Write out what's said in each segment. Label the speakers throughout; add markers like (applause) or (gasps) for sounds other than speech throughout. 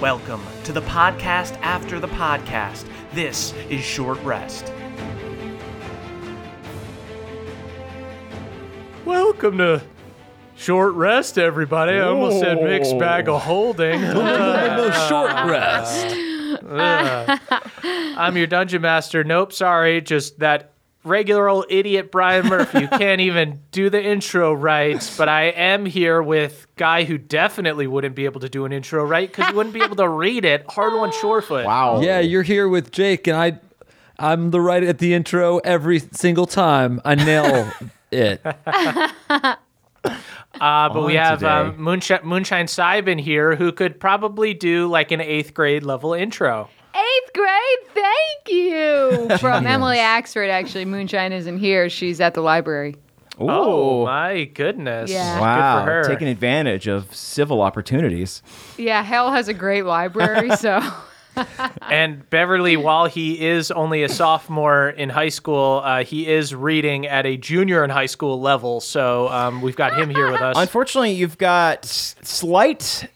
Speaker 1: Welcome to the podcast after the podcast. This is Short Rest.
Speaker 2: Welcome to short rest, everybody. I almost said mixed bag of holding. Uh,
Speaker 3: no (laughs) short rest.
Speaker 2: (laughs) I'm your dungeon master. Nope, sorry, just that regular old idiot Brian Murphy. You can't even do the intro right. But I am here with guy who definitely wouldn't be able to do an intro right because he wouldn't be able to read it. Hard one, Shorefoot.
Speaker 4: Wow.
Speaker 3: Yeah, you're here with Jake, and I, I'm the right at the intro every single time. I (laughs) nail it.
Speaker 2: Uh, but we
Speaker 4: On
Speaker 2: have uh,
Speaker 4: today.
Speaker 2: Moonshine, Moonshine Sybin here who could probably do like an eighth grade level intro.
Speaker 5: Eighth grade, thank
Speaker 4: (laughs)
Speaker 5: you. From Emily Axford, actually. Moonshine isn't here. She's at the library.
Speaker 4: Ooh.
Speaker 2: Oh, my goodness.
Speaker 5: Yeah.
Speaker 4: wow.
Speaker 2: Good for her.
Speaker 4: Taking advantage of civil opportunities.
Speaker 5: Yeah, Hell has a great (laughs) library, so
Speaker 2: And Beverly, while he is only a sophomore in high school, uh, he is reading at a junior in high school level. So um, we've got him here with
Speaker 4: (laughs)
Speaker 2: us.
Speaker 4: Unfortunately, you've got s- slight,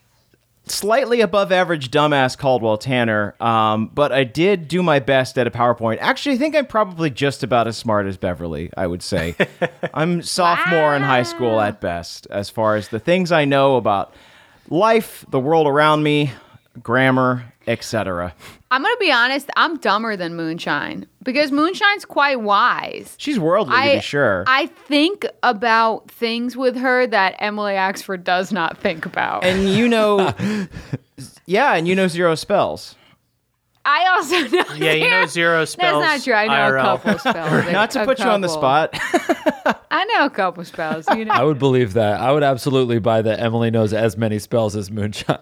Speaker 4: slightly above average dumbass Caldwell Tanner, um, but I did do my best at a PowerPoint. Actually, I think I'm probably just about as smart as Beverly, I would (laughs) say. I'm sophomore in high school at best, as far as the things I know about life, the world around me, grammar, etc.
Speaker 5: I'm going to be honest. I'm dumber than Moonshine because Moonshine's quite wise.
Speaker 4: She's worldly, to be sure.
Speaker 5: I think about things with her that Emily Axford does not think about.
Speaker 4: and you (laughs) know, yeah, and you know zero spells.
Speaker 5: I also
Speaker 4: (laughs)
Speaker 5: know.
Speaker 2: yeah, you
Speaker 5: (laughs)
Speaker 2: know zero
Speaker 5: That's
Speaker 2: spells.
Speaker 5: not true. I know a
Speaker 2: IRL.
Speaker 5: couple spells. a-
Speaker 4: Not to
Speaker 5: a
Speaker 4: put you on the
Speaker 5: couple.
Speaker 4: spot.
Speaker 5: I know a couple spells. You know.
Speaker 4: (laughs)
Speaker 3: I would believe that. I would absolutely buy that. Emily knows as mmany spells as moonshine.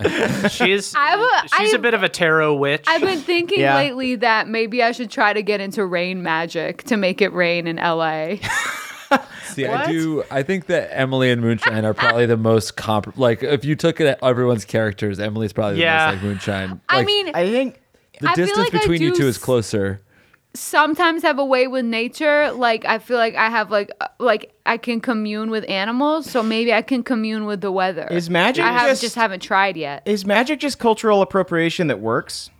Speaker 2: She's
Speaker 5: (laughs) I would-
Speaker 2: she's a
Speaker 5: I-
Speaker 2: bit of a tarot witch.
Speaker 5: I've been thinking
Speaker 4: Yeah.
Speaker 5: lately that maybe I should try to get into rain magic to make it rain in LA.
Speaker 3: (laughs)
Speaker 4: (laughs)
Speaker 3: See, I do. I think that Emily and moonshine are probably the most comp. Like, if you took it at everyone's characters, Emily's probably
Speaker 2: Yeah.
Speaker 3: the most like moonshine.
Speaker 5: I
Speaker 3: Like,
Speaker 5: mean,
Speaker 4: I think
Speaker 3: the
Speaker 5: I feel
Speaker 3: distance
Speaker 5: like I
Speaker 3: between you
Speaker 5: do
Speaker 3: two is
Speaker 5: s-
Speaker 3: closer.
Speaker 5: sometimes have a way with nature. Like I feel like I have like uh, like I can commune with animals, so maybe I can commune with the weather.
Speaker 4: Is magic
Speaker 5: I have,
Speaker 4: just-
Speaker 5: just haven't tried yet.
Speaker 4: is magic just cultural appropriation that works?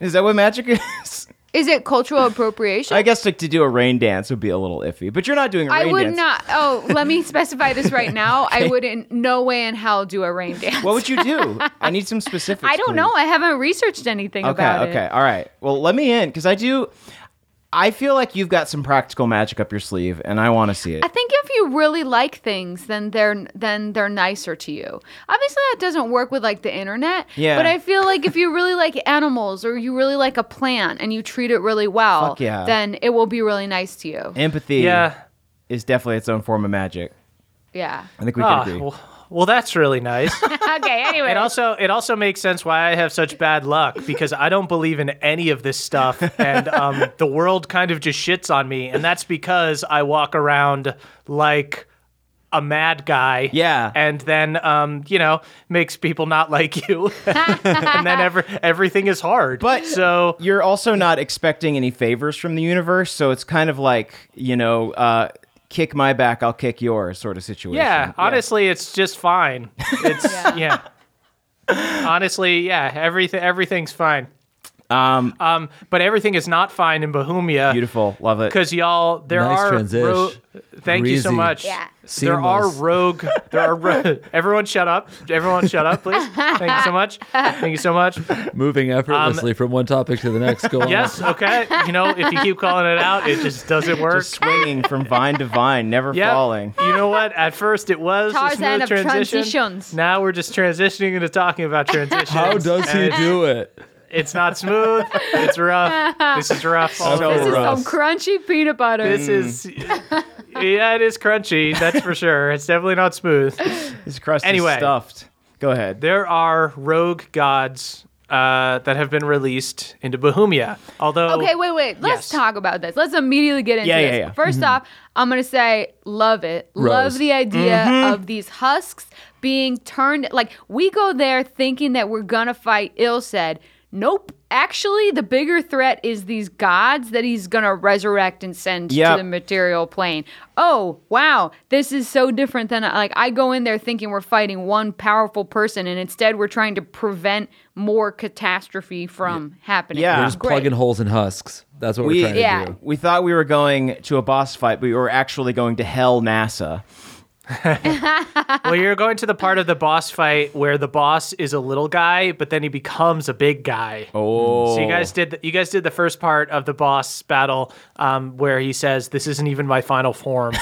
Speaker 4: Is that what magic is?
Speaker 5: Is it cultural appropriation?
Speaker 4: I guess like to do a rain dance would be a little iffy, but you're not doing a
Speaker 5: I
Speaker 4: rain
Speaker 5: would
Speaker 4: dance.
Speaker 5: not.
Speaker 4: (laughs)
Speaker 5: Oh, let me specify this right now. I would in no way in hell do a rain dance.
Speaker 4: What would you do? I need
Speaker 5: (laughs)
Speaker 4: some specifics.
Speaker 5: I don't
Speaker 4: please.
Speaker 5: know. I haven't researched anything
Speaker 4: Okay,
Speaker 5: about it.
Speaker 4: okay. All right. Well, let me in cuz I do I feel like you've got some practical magic up your sleeve and I want to see it.
Speaker 5: I think if you really like things, then they're then they're nicer to you. Obviously, that doesn't work with like the internet.
Speaker 4: Yeah.
Speaker 5: But I feel like if you really like animals or you really like a plant and you treat it really well,
Speaker 4: Fuck yeah.
Speaker 5: then it will be really nice to you.
Speaker 4: Empathy
Speaker 2: yeah.
Speaker 4: is definitely its own form of magic.
Speaker 5: Yeah. (laughs)
Speaker 4: I think we
Speaker 2: Ah,
Speaker 4: can agree.
Speaker 2: well, well, that's really nice.
Speaker 5: okay. Anyway.
Speaker 2: It also it also makes sense why I have such bad luck because I don't believe in any of this stuff, and um, the world kind of just shits on me, and that's because I walk around like a mad guy.
Speaker 4: Yeah.
Speaker 2: and then um, you know makes people not like you, (laughs) and then every, everything is hard.
Speaker 4: But-
Speaker 2: so
Speaker 4: you're also not expecting any favors from the universe, so it's kind of like you know, uh, kick my back, I'll kick yours sort of situation.
Speaker 2: yeah, honestly, it's just fine. It's (laughs) yeah. Honestly, yeah, everything everything's fine.
Speaker 4: Um,
Speaker 2: Um, but everything is not fine in Bohemia.
Speaker 4: beautiful, love it.
Speaker 2: because y'all there
Speaker 3: Nice
Speaker 2: are
Speaker 3: transition.
Speaker 2: thank you so
Speaker 3: Breezy.
Speaker 2: much
Speaker 5: Yeah.
Speaker 2: there are
Speaker 3: Seamless.
Speaker 2: rogue there are ro- (laughs) everyone shut up everyone shut up please thank you so much thank you so much
Speaker 3: Moving
Speaker 5: Um,
Speaker 3: effortlessly from one topic to the next.
Speaker 5: (laughs)
Speaker 3: Go on.
Speaker 2: yes okay you know if you keep calling it out it just doesn't work
Speaker 4: Just swinging
Speaker 2: (laughs)
Speaker 4: from vine to vine, never
Speaker 2: Yep.
Speaker 4: falling.
Speaker 2: you know what at first it was a
Speaker 5: Tarzan
Speaker 2: smooth
Speaker 5: of
Speaker 2: transition
Speaker 5: transitions.
Speaker 2: now we're just transitioning into talking
Speaker 5: (laughs)
Speaker 2: about transitions
Speaker 3: How does he do it?
Speaker 2: it's not smooth it's rough this is rough
Speaker 3: So
Speaker 5: this is
Speaker 3: rough.
Speaker 5: some crunchy peanut butter.
Speaker 2: this is
Speaker 3: Mm.
Speaker 2: yeah it is crunchy that's for sure it's definitely not smooth
Speaker 4: His crust
Speaker 2: Anyway.
Speaker 4: is stuffed. Go ahead.
Speaker 2: there are rogue gods uh, that have been released into Bohemia. Although,
Speaker 5: Okay, wait, wait.
Speaker 2: Yes.
Speaker 5: Let's talk about this. Let's immediately get into
Speaker 4: Yeah, yeah, Mm-hmm.
Speaker 5: this.
Speaker 4: yeah.
Speaker 5: 1st off, I'm gonna say love it.
Speaker 3: Rose.
Speaker 5: Love the idea
Speaker 4: Mm-hmm.
Speaker 5: of these husks being turned. Like we go there thinking that we're gonna fight Ill said. nope. Actually, the bigger threat is these gods that he's going to resurrect and send
Speaker 4: Yep.
Speaker 5: to the material plane. Oh, wow. This is so different than like I go in there thinking we're fighting one powerful person and instead we're trying to prevent more catastrophe from happening.
Speaker 4: Yeah.
Speaker 3: We're
Speaker 4: We're
Speaker 3: just
Speaker 5: Ah, Great.
Speaker 3: plugging holes in husks. That's what
Speaker 4: We-
Speaker 3: we're trying
Speaker 5: Yeah.
Speaker 3: to do.
Speaker 4: We thought we were going to a boss fight, but we were actually going to hell NASA.
Speaker 2: well, you're going to the part of the boss fight where the boss is a little guy, but then he becomes a big guy.
Speaker 4: Oh.
Speaker 2: So you guys did the, you guys did the first part of the boss battle um, where he says, "This isn't even my final
Speaker 5: (laughs)
Speaker 2: form."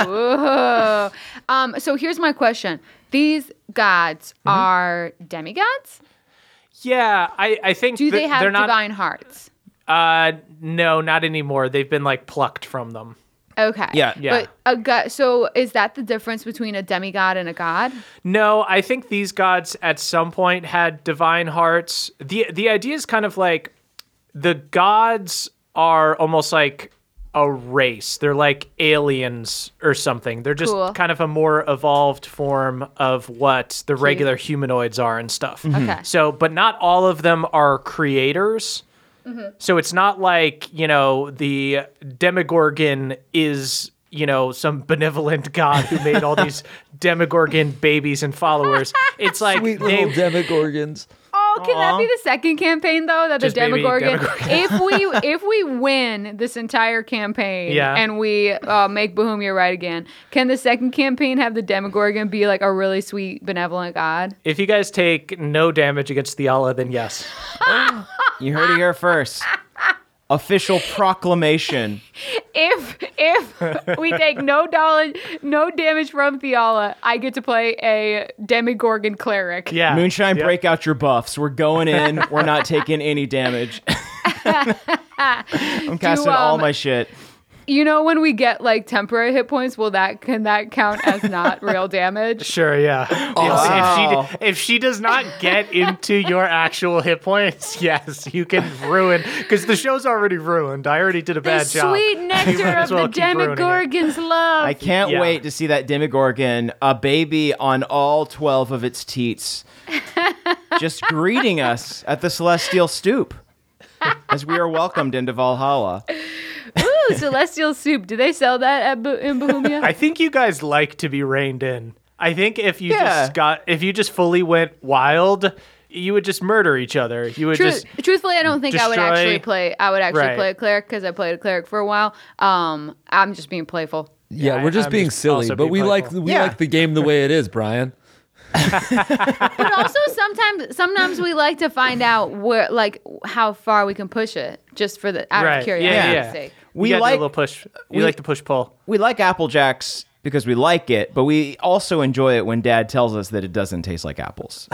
Speaker 5: Ooh. Um, so here's my question. These gods
Speaker 2: Mm-hmm.
Speaker 5: are demigods?
Speaker 2: yeah, I, I think
Speaker 5: Do
Speaker 2: th-
Speaker 5: they have
Speaker 2: they're not.
Speaker 5: divine hearts?
Speaker 2: Uh, no, not anymore. They've been like plucked from them.
Speaker 5: Okay.
Speaker 4: Yeah.
Speaker 2: Yeah.
Speaker 5: But a god. So is that the difference between a demigod and a god?
Speaker 2: No, I think these gods at some point had divine hearts. The the idea is kind of like the gods are almost like a race. They're like aliens or something. They're just
Speaker 5: Cool.
Speaker 2: kind of a more evolved form of what the regular humanoids are and stuff.
Speaker 5: Okay.
Speaker 2: So, but not all of them are creators. So it's not like, you know, the Demogorgon is, you know, some benevolent god who made all these Demogorgon babies and followers. It's like
Speaker 3: Sweet
Speaker 2: they-
Speaker 3: little demogorgons.
Speaker 5: Oh, can that be the second campaign though? That
Speaker 2: Just
Speaker 5: the
Speaker 2: maybe
Speaker 5: Demogorgon.
Speaker 2: Demogorgon.
Speaker 5: (laughs) if we if we win this entire campaign
Speaker 2: Yeah.
Speaker 5: and we uh, make Bohemia right again, can the second campaign have the Demogorgon be like a really sweet benevolent god?
Speaker 2: if you guys take no damage against the Allah, then yes.
Speaker 4: You heard it
Speaker 2: (laughs)
Speaker 4: here first. Official proclamation.
Speaker 5: If if we take no dollar no damage from Theala, I get to play a Demogorgon cleric.
Speaker 2: Yeah.
Speaker 4: Moonshine,
Speaker 2: Yep.
Speaker 4: break out your buffs. We're going in. We're not taking any damage. I'm casting all
Speaker 5: um,
Speaker 4: my shit.
Speaker 5: You know when we get like temporary hit points, will that can that count as
Speaker 2: (laughs)
Speaker 5: not real damage?
Speaker 2: Sure, yeah.
Speaker 4: Wow.
Speaker 2: If, if she if she does not get into your actual hit points, (laughs) yes, you can ruin because the show's already ruined. I already did a
Speaker 5: The
Speaker 2: bad job. (laughs)
Speaker 5: sweet nectar of
Speaker 2: as well
Speaker 5: the
Speaker 2: keep ruining it.
Speaker 5: Demogorgon's love.
Speaker 4: I can't
Speaker 2: yeah.
Speaker 4: wait to see that Demogorgon, a baby on all 12 of its teats, just greeting us at the celestial stoop as we are welcomed into Valhalla.
Speaker 2: (laughs)
Speaker 5: Ooh, celestial soup. Do they sell that at Bo- in Bohemia?
Speaker 2: I think you guys like to be reined in. I think if you
Speaker 4: Yeah.
Speaker 2: just got if you just fully went wild, you would just murder each other. You would
Speaker 5: Tru-
Speaker 2: just
Speaker 5: truthfully, I don't think I would
Speaker 2: destroy-
Speaker 5: actually play. I would actually
Speaker 2: Right.
Speaker 5: play a cleric because I played a cleric for a while. Um, I'm just being playful.
Speaker 3: Yeah,
Speaker 2: Yeah,
Speaker 3: we're just
Speaker 2: I'm
Speaker 3: being
Speaker 2: just
Speaker 3: silly,
Speaker 2: also
Speaker 3: but
Speaker 2: being
Speaker 3: we like
Speaker 2: playful.
Speaker 3: we
Speaker 4: Yeah.
Speaker 3: like the game the way it is, Brian.
Speaker 5: But also sometimes, sometimes we like to find out where, like, how far we can push it, just for the out
Speaker 2: right.
Speaker 5: of curiosity's
Speaker 2: yeah, yeah.
Speaker 5: sake.
Speaker 4: We
Speaker 2: We like
Speaker 4: like-
Speaker 2: a little push. We
Speaker 4: we-
Speaker 2: like to push pull.
Speaker 4: We like Apple Jacks because we like it, but we also enjoy it when dad tells us that it doesn't taste like apples.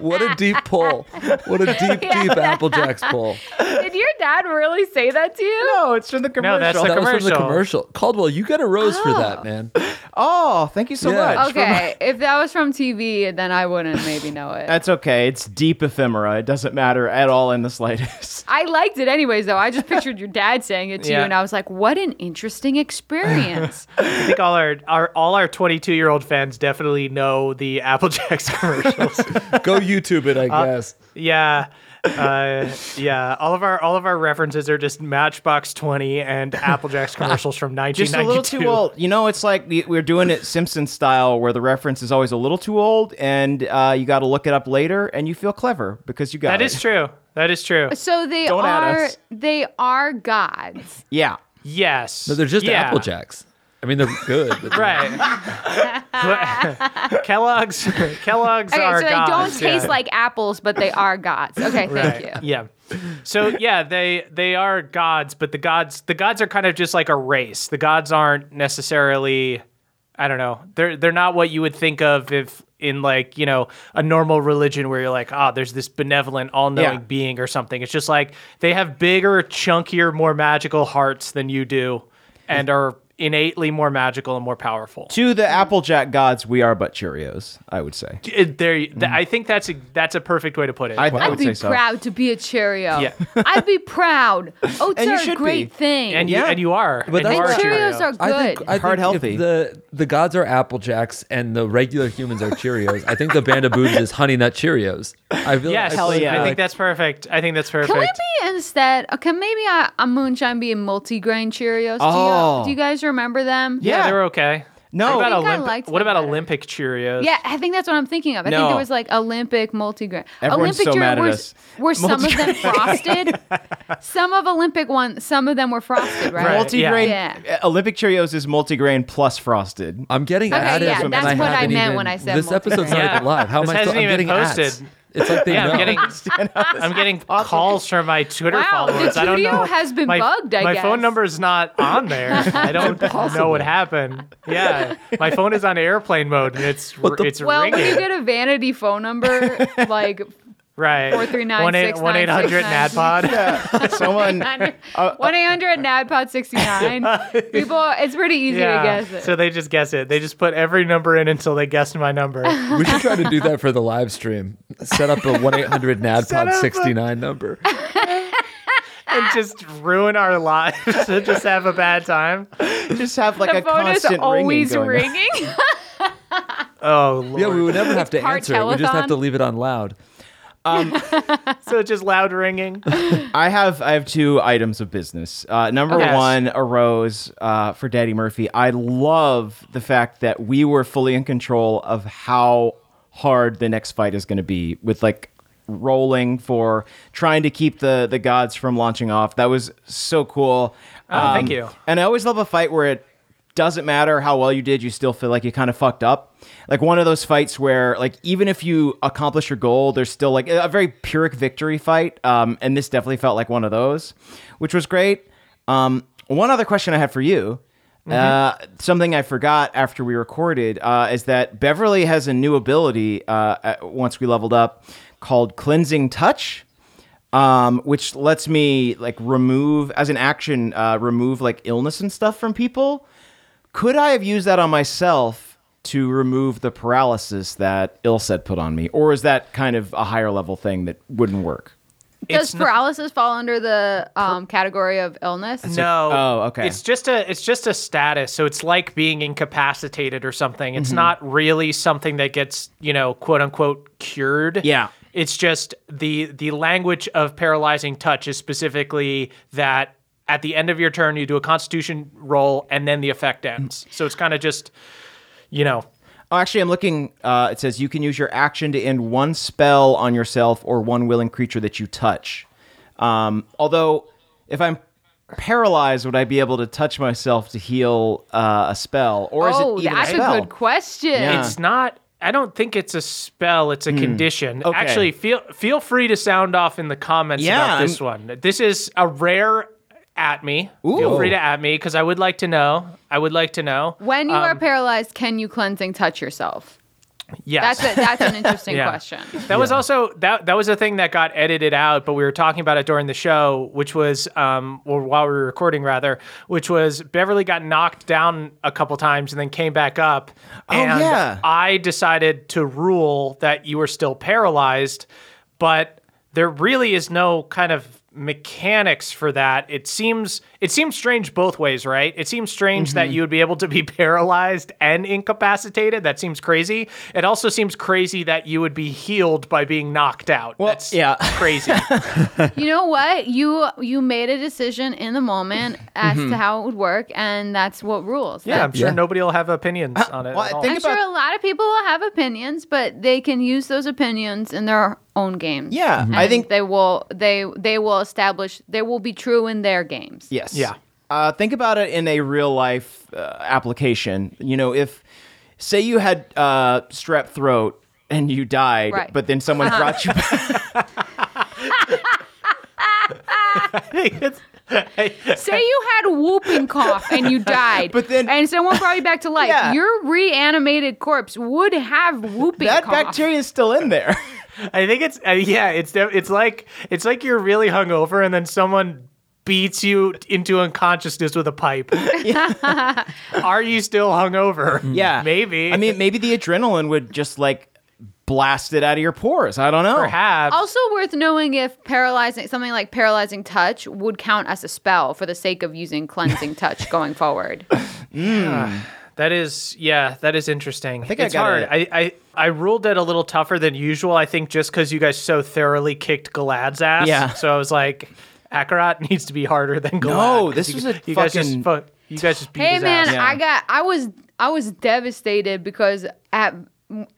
Speaker 3: What a
Speaker 2: (laughs)
Speaker 3: deep pull! What a deep, deep Applejacks pull.
Speaker 5: Did your dad really say that to you?
Speaker 4: No, Oh, it's from the commercial.
Speaker 2: that's the
Speaker 3: Oh, That was from the
Speaker 2: Commercial.
Speaker 3: commercial. Caldwell, you got a rose for
Speaker 5: Oh.
Speaker 3: that, man.
Speaker 4: oh, thank you so
Speaker 3: Yeah.
Speaker 4: much. for my-
Speaker 5: Okay, if that was from TV, then I wouldn't maybe know it.
Speaker 4: That's okay. It's deep ephemera. It doesn't matter at all in the slightest.
Speaker 5: I liked it anyways, though. I just pictured your dad saying it to you,
Speaker 2: Yeah.
Speaker 5: and I was like, "What an
Speaker 2: (laughs)
Speaker 5: interesting experience!"
Speaker 2: I think all our, our all our 22 year old fans definitely know the Applejacks (laughs) commercials.
Speaker 3: Go
Speaker 2: (laughs)
Speaker 3: YouTube it, I
Speaker 2: Uh,
Speaker 3: guess.
Speaker 2: yeah. Uh, yeah, all of our all of our references are just Matchbox 20 and
Speaker 4: (laughs)
Speaker 2: Applejacks commercials from
Speaker 4: (laughs) Just a
Speaker 2: 1992.
Speaker 4: little too old. You know, it's like we- we're doing it Simpson style, where the reference is always a little too old, and uh, you got to look it up later, and you feel clever because you got
Speaker 2: That
Speaker 4: it.
Speaker 2: is true. That is true.
Speaker 5: So they
Speaker 4: Don't add
Speaker 5: are
Speaker 4: us.
Speaker 5: they are gods.
Speaker 4: (laughs) Yeah.
Speaker 2: Yes.
Speaker 3: But they're just
Speaker 2: yeah.
Speaker 3: Applejacks. I mean, they're good. But they're-
Speaker 2: Right. But- (laughs) Kellogg's Kellogg's
Speaker 5: Okay,
Speaker 2: are
Speaker 5: so they
Speaker 2: gods,
Speaker 5: don't taste
Speaker 2: yeah.
Speaker 5: like apples, but they are gods. Okay, thank you.
Speaker 2: Yeah. So yeah, they they are gods, but the gods the gods are kind of just like a race. The gods aren't necessarily I don't know. They're they're not what you would think of if in like, you know, a normal religion where you're like, ah, there's this benevolent, all knowing
Speaker 4: Yeah.
Speaker 2: being or something. It's just like they have bigger, chunkier, more magical hearts than you do and are innately more magical and more powerful.
Speaker 4: To the Applejack gods, we are but Cheerios. I would say.
Speaker 2: It- there, th- I think that's a, that's a perfect way to put it.
Speaker 4: I, I
Speaker 5: I'd
Speaker 4: would
Speaker 5: be
Speaker 4: say so.
Speaker 5: proud to be a Cheerio.
Speaker 2: Yeah.
Speaker 5: (laughs) I'd be proud. Oats
Speaker 4: And you
Speaker 5: are a
Speaker 4: should
Speaker 5: great
Speaker 4: be.
Speaker 5: thing.
Speaker 2: and you
Speaker 4: Yeah.
Speaker 2: and you are. and
Speaker 3: But
Speaker 5: And
Speaker 2: you
Speaker 3: that's-
Speaker 2: a Cheerio.
Speaker 5: Cheerios are good.
Speaker 3: I think, I
Speaker 4: Heart
Speaker 3: think if
Speaker 4: healthy.
Speaker 3: the the gods are apple jacks and the regular humans are Cheerios. I think the band of boobs is Honey Nut Cheerios. I feel
Speaker 2: Yes,
Speaker 3: I feel like-
Speaker 2: I
Speaker 4: yeah.
Speaker 2: think that's perfect. I think that's perfect.
Speaker 5: Can we be instead? Can maybe I, a moonshine be a multi-grain Cheerios? Do,
Speaker 4: Oh.
Speaker 5: you, do you guys remember them?
Speaker 2: yeah,
Speaker 4: Yeah.
Speaker 2: they're okay.
Speaker 4: No.
Speaker 2: What
Speaker 5: I
Speaker 2: about
Speaker 5: think I
Speaker 2: Olympic?
Speaker 5: liked
Speaker 2: What
Speaker 5: them
Speaker 2: about
Speaker 5: better.
Speaker 2: Olympic Cheerios?
Speaker 5: Yeah, I think that's what I'm thinking of. I
Speaker 4: No.
Speaker 5: think there was like Olympic multigrain.
Speaker 4: Everyone's
Speaker 5: Olympic
Speaker 4: so mad at
Speaker 5: were,
Speaker 4: us.
Speaker 5: were some of them frosted? some of Olympic ones, some of them were frosted, right?
Speaker 2: Right.
Speaker 4: Multigrain
Speaker 5: Yeah.
Speaker 4: uh, Olympic Cheerios is multigrain plus frosted.
Speaker 3: I'm getting
Speaker 5: Okay,
Speaker 3: added.
Speaker 5: yeah,
Speaker 3: and
Speaker 5: that's
Speaker 3: I
Speaker 5: what I
Speaker 3: haven't
Speaker 5: meant
Speaker 3: even-
Speaker 5: when I said
Speaker 3: this episode's
Speaker 5: multiple.
Speaker 3: not even
Speaker 2: Yeah.
Speaker 3: live. How
Speaker 2: This
Speaker 3: am I? Still,
Speaker 2: hasn't
Speaker 3: I'm
Speaker 2: even
Speaker 3: getting
Speaker 2: posted.
Speaker 3: ads. It's like they
Speaker 2: Yeah,
Speaker 3: know.
Speaker 2: I'm getting I'm getting calls from my Twitter
Speaker 5: Wow, the
Speaker 2: followers. I don't
Speaker 5: studio
Speaker 2: know.
Speaker 5: has been
Speaker 2: my,
Speaker 5: bugged, I
Speaker 2: my phone
Speaker 5: guess.
Speaker 2: number is not on there.
Speaker 5: (laughs)
Speaker 2: I don't know
Speaker 3: Impossible.
Speaker 2: what happened. Yeah, my phone is on airplane mode and it's
Speaker 3: the-
Speaker 2: it's
Speaker 5: Well,
Speaker 2: ringing.
Speaker 5: when you get a vanity phone number, like
Speaker 2: right.
Speaker 5: 439
Speaker 2: one eight hundred NADPOD.
Speaker 4: Someone. (laughs) Uh,
Speaker 5: one eight hundred NADPOD sixty nine. (laughs) People, it's pretty (laughs) easy to guess it.
Speaker 2: So they just guess it. They just put every number in until they guessed my
Speaker 5: (laughs)
Speaker 2: number.
Speaker 3: (laughs) We should try to do that for the live stream. Set
Speaker 2: (laughs)
Speaker 3: up a one eight hundred NADPOD sixty nine number.
Speaker 2: and just ruin our lives (laughs) and just have a bad time.
Speaker 4: just have like
Speaker 5: the
Speaker 4: a
Speaker 5: phone is
Speaker 4: constant
Speaker 5: always
Speaker 4: ringing. Going on.
Speaker 5: ringing.
Speaker 4: (laughs)
Speaker 5: (laughs)
Speaker 2: Oh lord.
Speaker 3: Yeah, we would never have to
Speaker 5: part
Speaker 3: answer it. We just have
Speaker 5: telethon.
Speaker 3: to leave it on loud.
Speaker 2: so it's just loud ringing.
Speaker 4: I have I have two items of business. Uh, number
Speaker 2: Okay.
Speaker 4: one arose uh, for Daddy Murphy. I love the fact that we were fully in control of how hard the next fight is going to be with like rolling for trying to keep the the gods from launching off. That was so cool.
Speaker 2: Oh, thank you.
Speaker 4: Um, And I always love a fight where it doesn't matter how well you did, you still feel like you kind of fucked up. Like one of those fights where, like, even if you accomplish your goal, there's still like a very pyrrhic victory fight. Um, and this definitely felt like one of those, which was great. Um, one other question I had for you.
Speaker 2: Mm-hmm.
Speaker 4: Uh, something I forgot after we recorded uh, is that Beverly has a new ability uh, at- once we leveled up called Cleansing Touch um, which lets me like remove as an action uh, remove like illness and stuff from people. Could I have used that on myself to remove the paralysis that Ilset put on me, or is that kind of a higher level thing that wouldn't work?
Speaker 5: Does
Speaker 2: It's not-
Speaker 5: paralysis fall under the um, category of illness?
Speaker 2: No.
Speaker 4: oh, okay.
Speaker 2: It's just a it's just a status. So it's like being incapacitated or something. It's not really something that gets, you know, quote unquote cured.
Speaker 4: Yeah.
Speaker 2: It's just the the language of paralyzing touch is specifically that at the end of your turn you do a constitution roll and then the effect ends. So it's kind of just you know,
Speaker 4: Oh, actually, I'm looking. Uh, it says you can use your action to end one spell on yourself or one willing creature that you touch. Um, although, if I'm paralyzed, would I be able to touch myself to heal uh, a spell, or is
Speaker 5: oh,
Speaker 4: it even
Speaker 5: that's
Speaker 4: a spell?
Speaker 5: good question.
Speaker 4: Yeah. Hmm.
Speaker 2: It's not. I don't think it's a spell. It's a condition.
Speaker 4: Okay.
Speaker 2: Actually, feel feel free to sound off in the comments
Speaker 4: Yeah,
Speaker 2: about this
Speaker 4: I'm-
Speaker 2: one. This is a rare at me. Feel
Speaker 4: Ooh.
Speaker 2: free to at me because I would like to know. I would like to know.
Speaker 5: When you
Speaker 4: um,
Speaker 5: are paralyzed, can you cleansing touch yourself?
Speaker 2: Yes.
Speaker 5: That's a,
Speaker 4: (laughs)
Speaker 5: that's an interesting
Speaker 2: Yeah.
Speaker 5: question.
Speaker 2: That was also that that was a thing that got edited out, but we were talking about it during the show, which was um or while we were recording rather, which was Beverly got knocked down a couple times and then came back up. And
Speaker 4: Oh, yeah.
Speaker 2: I decided to rule that you were still paralyzed, but there really is no kind of mechanics for that. It seems it seems strange both ways, right? It seems strange
Speaker 4: Mm-hmm.
Speaker 2: that you would be able to be (laughs) paralyzed and incapacitated. That seems crazy. It also seems crazy that you would be healed by being knocked out. Well, That's
Speaker 4: yeah. (laughs)
Speaker 2: crazy.
Speaker 5: You know what? You you made a decision in the moment as
Speaker 4: Mm-hmm.
Speaker 5: to how it would work, and that's what rules.
Speaker 2: yeah, I'm sure
Speaker 3: Yeah.
Speaker 2: nobody will have opinions on it.
Speaker 4: Uh, well,
Speaker 2: at
Speaker 4: I
Speaker 2: all. (laughs)
Speaker 4: think-
Speaker 5: I'm sure
Speaker 4: about-
Speaker 5: a lot of people will have opinions, but they can use those opinions in their own games.
Speaker 4: Yeah,
Speaker 5: And
Speaker 4: I think
Speaker 5: they will they they will establish they will be true in their games.
Speaker 4: Yes.
Speaker 2: Yeah.
Speaker 4: Uh, think about it in a real life uh, application. You know, if say you had uh, strep throat and you died,
Speaker 5: Right. Uh-huh.
Speaker 4: but then someone brought
Speaker 5: (laughs)
Speaker 4: you (laughs) back.
Speaker 2: It's-
Speaker 5: Say you had whooping
Speaker 4: (laughs)
Speaker 5: cough and you died,
Speaker 4: But then-
Speaker 5: and someone brought you back to life.
Speaker 4: Yeah.
Speaker 5: Your reanimated corpse would have whooping
Speaker 4: That
Speaker 5: cough.
Speaker 4: bacteria is still in there.
Speaker 2: I think it's uh, yeah, it's def- it's like it's like you're really hungover and then someone beats you into unconsciousness with a
Speaker 5: (laughs)
Speaker 2: pipe. Are you still hungover?
Speaker 4: Yeah.
Speaker 2: Maybe.
Speaker 4: Mm-hmm. I mean, maybe the adrenaline would just like blast it out of your pores. I don't know.
Speaker 2: perhaps.
Speaker 5: Also worth knowing if paralyzing something like paralyzing touch would count as a spell for the sake of using cleansing touch going forward.
Speaker 2: That is, yeah, that is interesting. I
Speaker 4: think I
Speaker 2: it's
Speaker 4: got
Speaker 2: hard.
Speaker 4: it.
Speaker 2: I, I I ruled it a little tougher than usual. I think just because you guys so thoroughly kicked Galad's ass.
Speaker 4: Yeah.
Speaker 2: So I was like, Akarat (laughs) needs to be harder than Galad.
Speaker 4: No,
Speaker 2: 'cause
Speaker 4: this
Speaker 2: you,
Speaker 4: was a
Speaker 2: you guys just
Speaker 4: fucking-
Speaker 2: fu- you guys just beat
Speaker 5: hey
Speaker 2: his
Speaker 5: man,
Speaker 2: ass.
Speaker 5: I got I was I was devastated because at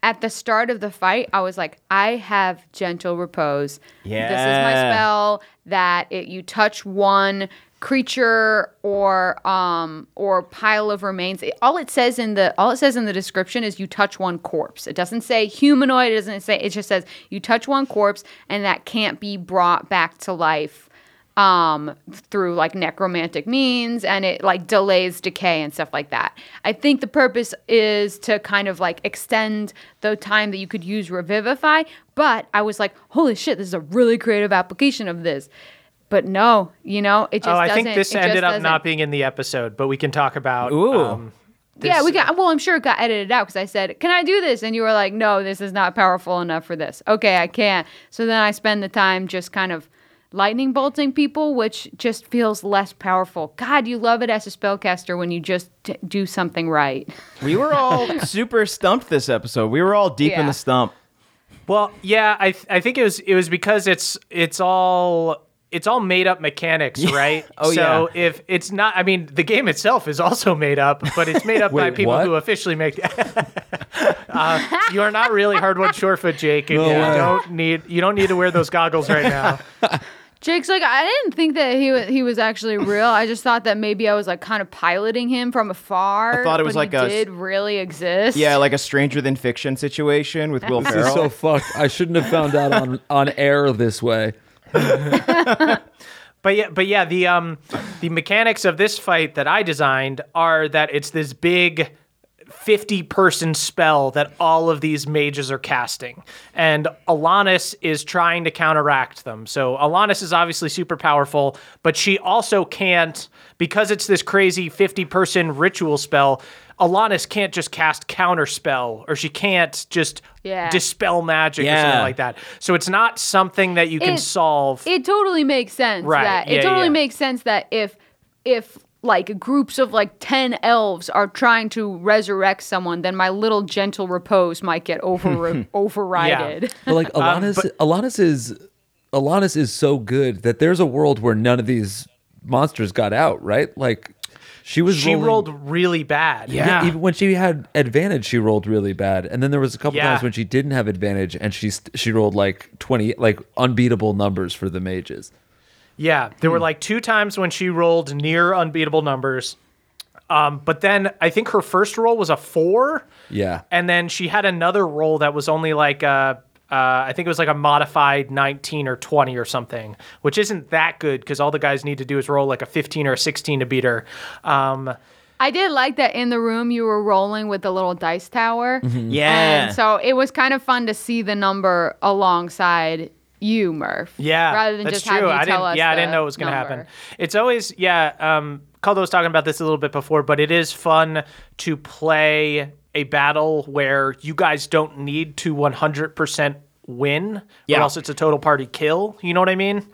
Speaker 5: at the start of the fight, I was like, I have gentle repose. This is my
Speaker 4: Yeah.
Speaker 5: spell that it, you touch one creature or um or pile of remains. It- all it says in the all it says in the description is you touch one corpse. It doesn't say humanoid, it doesn't say it just says you touch one corpse and that can't be brought back to life um through like necromantic means and it like delays decay and stuff like that. I think the purpose is to kind of like extend the time that you could use revivify, but I was like, holy shit, this is a really creative application of this. But no, you know, it just
Speaker 2: Oh, I
Speaker 5: doesn't.
Speaker 2: think this
Speaker 5: it just
Speaker 2: ended up
Speaker 5: doesn't.
Speaker 2: not being in the episode, but we can talk about.
Speaker 4: Ooh.
Speaker 2: um,
Speaker 5: Yeah, we got. Well, I'm sure it got edited out because I said, "Can I do this?" And you were like, "No, this is not powerful enough for this." Okay, I can't. So then I spend the time just kind of lightning bolting people, which just feels less powerful. God, you love it as a spellcaster when you just t- do something right.
Speaker 4: We were
Speaker 5: (laughs)
Speaker 4: all super stumped this episode. We were all deep in
Speaker 5: Yeah.
Speaker 4: the stump.
Speaker 2: Well, yeah, I th- I think it was it was because it's it's all it's all made up mechanics,
Speaker 3: (laughs)
Speaker 2: right?
Speaker 4: Oh,
Speaker 2: so if it's not, I mean, the game itself is also made up, but it's made up by
Speaker 3: (laughs) Wait,
Speaker 2: people
Speaker 3: what?
Speaker 2: who officially make. (laughs) uh, you are not really hard one Shorefoot, Jake. And you
Speaker 3: way.
Speaker 2: don't need you don't need to wear those goggles right now.
Speaker 5: Jake's like, I didn't think that he was, he was actually real. I just thought that maybe I was like kind of piloting him from afar.
Speaker 4: I thought it was like
Speaker 5: but he
Speaker 4: a-
Speaker 5: did really exist.
Speaker 4: Yeah, like a Stranger Than Fiction situation with Will
Speaker 3: This is
Speaker 4: Ferrell.
Speaker 3: so fucked. I shouldn't have found
Speaker 2: (laughs)
Speaker 3: out on on air this way.
Speaker 2: But yeah, but yeah, the um, the mechanics of this fight that I designed are that it's this big. 50 person spell that all of these mages are casting. And Alanis is trying to counteract them. So Alanis is obviously super powerful, but she also can't, because it's this crazy 50 person ritual spell, Alanis can't just cast counter spell or she can't just
Speaker 5: Yeah.
Speaker 2: dispel magic or something
Speaker 4: Yeah.
Speaker 2: like that. So it's not something that you can
Speaker 5: It-
Speaker 2: solve.
Speaker 5: it totally makes sense
Speaker 2: Right,
Speaker 5: that
Speaker 2: yeah,
Speaker 5: it totally
Speaker 2: yeah.
Speaker 5: makes sense that if if like groups of like 10 elves are trying to resurrect someone then my little gentle repose might get
Speaker 2: (laughs)
Speaker 5: over (laughs) overrided
Speaker 3: But like
Speaker 2: Um,
Speaker 3: Alanis, Alanis is Alanis is so good that there's a world where none of these monsters got out. Right? Like she was.
Speaker 2: she
Speaker 3: rolling-
Speaker 2: rolled really bad.
Speaker 3: Yeah. Even when she had advantage, she rolled really bad, and then there was a couple
Speaker 2: Yeah.
Speaker 3: times when she didn't have advantage, and she st- she rolled like twenty, like unbeatable numbers for the mages.
Speaker 2: Yeah, there
Speaker 3: Hmm.
Speaker 2: were like two times when she rolled near unbeatable numbers. Um, but then I think her first roll was a four.
Speaker 3: Yeah.
Speaker 2: And then she had another roll that was only like a, uh, I think it was like a modified 19 or 20 or something, which isn't that good because all the guys need to do is roll like a 15 or a 16 to beat her. Um,
Speaker 5: i did like that in the room you were rolling with the little dice tower
Speaker 2: Mm-hmm.
Speaker 4: Yeah.
Speaker 5: and so it was kind of fun to see the number alongside you murph
Speaker 2: Yeah,
Speaker 5: rather than
Speaker 2: that's
Speaker 5: just
Speaker 2: true.
Speaker 5: have you
Speaker 2: I
Speaker 5: tell
Speaker 2: didn't,
Speaker 5: us
Speaker 2: yeah, I didn't
Speaker 5: the
Speaker 2: know it was going to
Speaker 5: number.
Speaker 2: happen. It's always yeah. Um, Caldo was talking about this a little bit before, but it is fun to play a battle where you guys don't need to 100 percent win,
Speaker 4: Yeah. Mm-hmm.
Speaker 2: or else it's a total party kill. You know what I mean?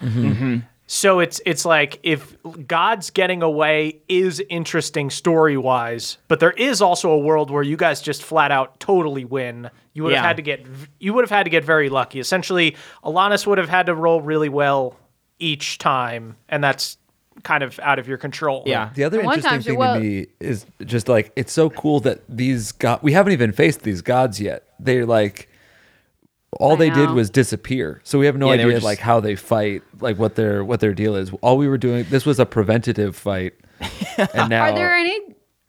Speaker 2: So it's it's like if God's getting away is interesting story wise, but there is also a world where you guys just flat out totally win. You would have
Speaker 4: Yeah.
Speaker 2: had to get v- you would have had to get very lucky. Essentially, Alanis would have had to roll really well each time, and that's kind of out of your control.
Speaker 4: Yeah.
Speaker 3: The other
Speaker 5: And one
Speaker 3: interesting
Speaker 5: time she-
Speaker 3: thing
Speaker 5: well-
Speaker 3: to me is just like it's so cool that these god we haven't even faced these gods yet. They're like all
Speaker 5: I
Speaker 3: they did
Speaker 5: know.
Speaker 3: was disappear. So we have no
Speaker 4: Yeah, they were
Speaker 3: idea
Speaker 4: just-
Speaker 3: like how they fight, like what their what their deal is. All we were doing this was a preventative
Speaker 5: (laughs)
Speaker 3: fight. and now
Speaker 5: Are there any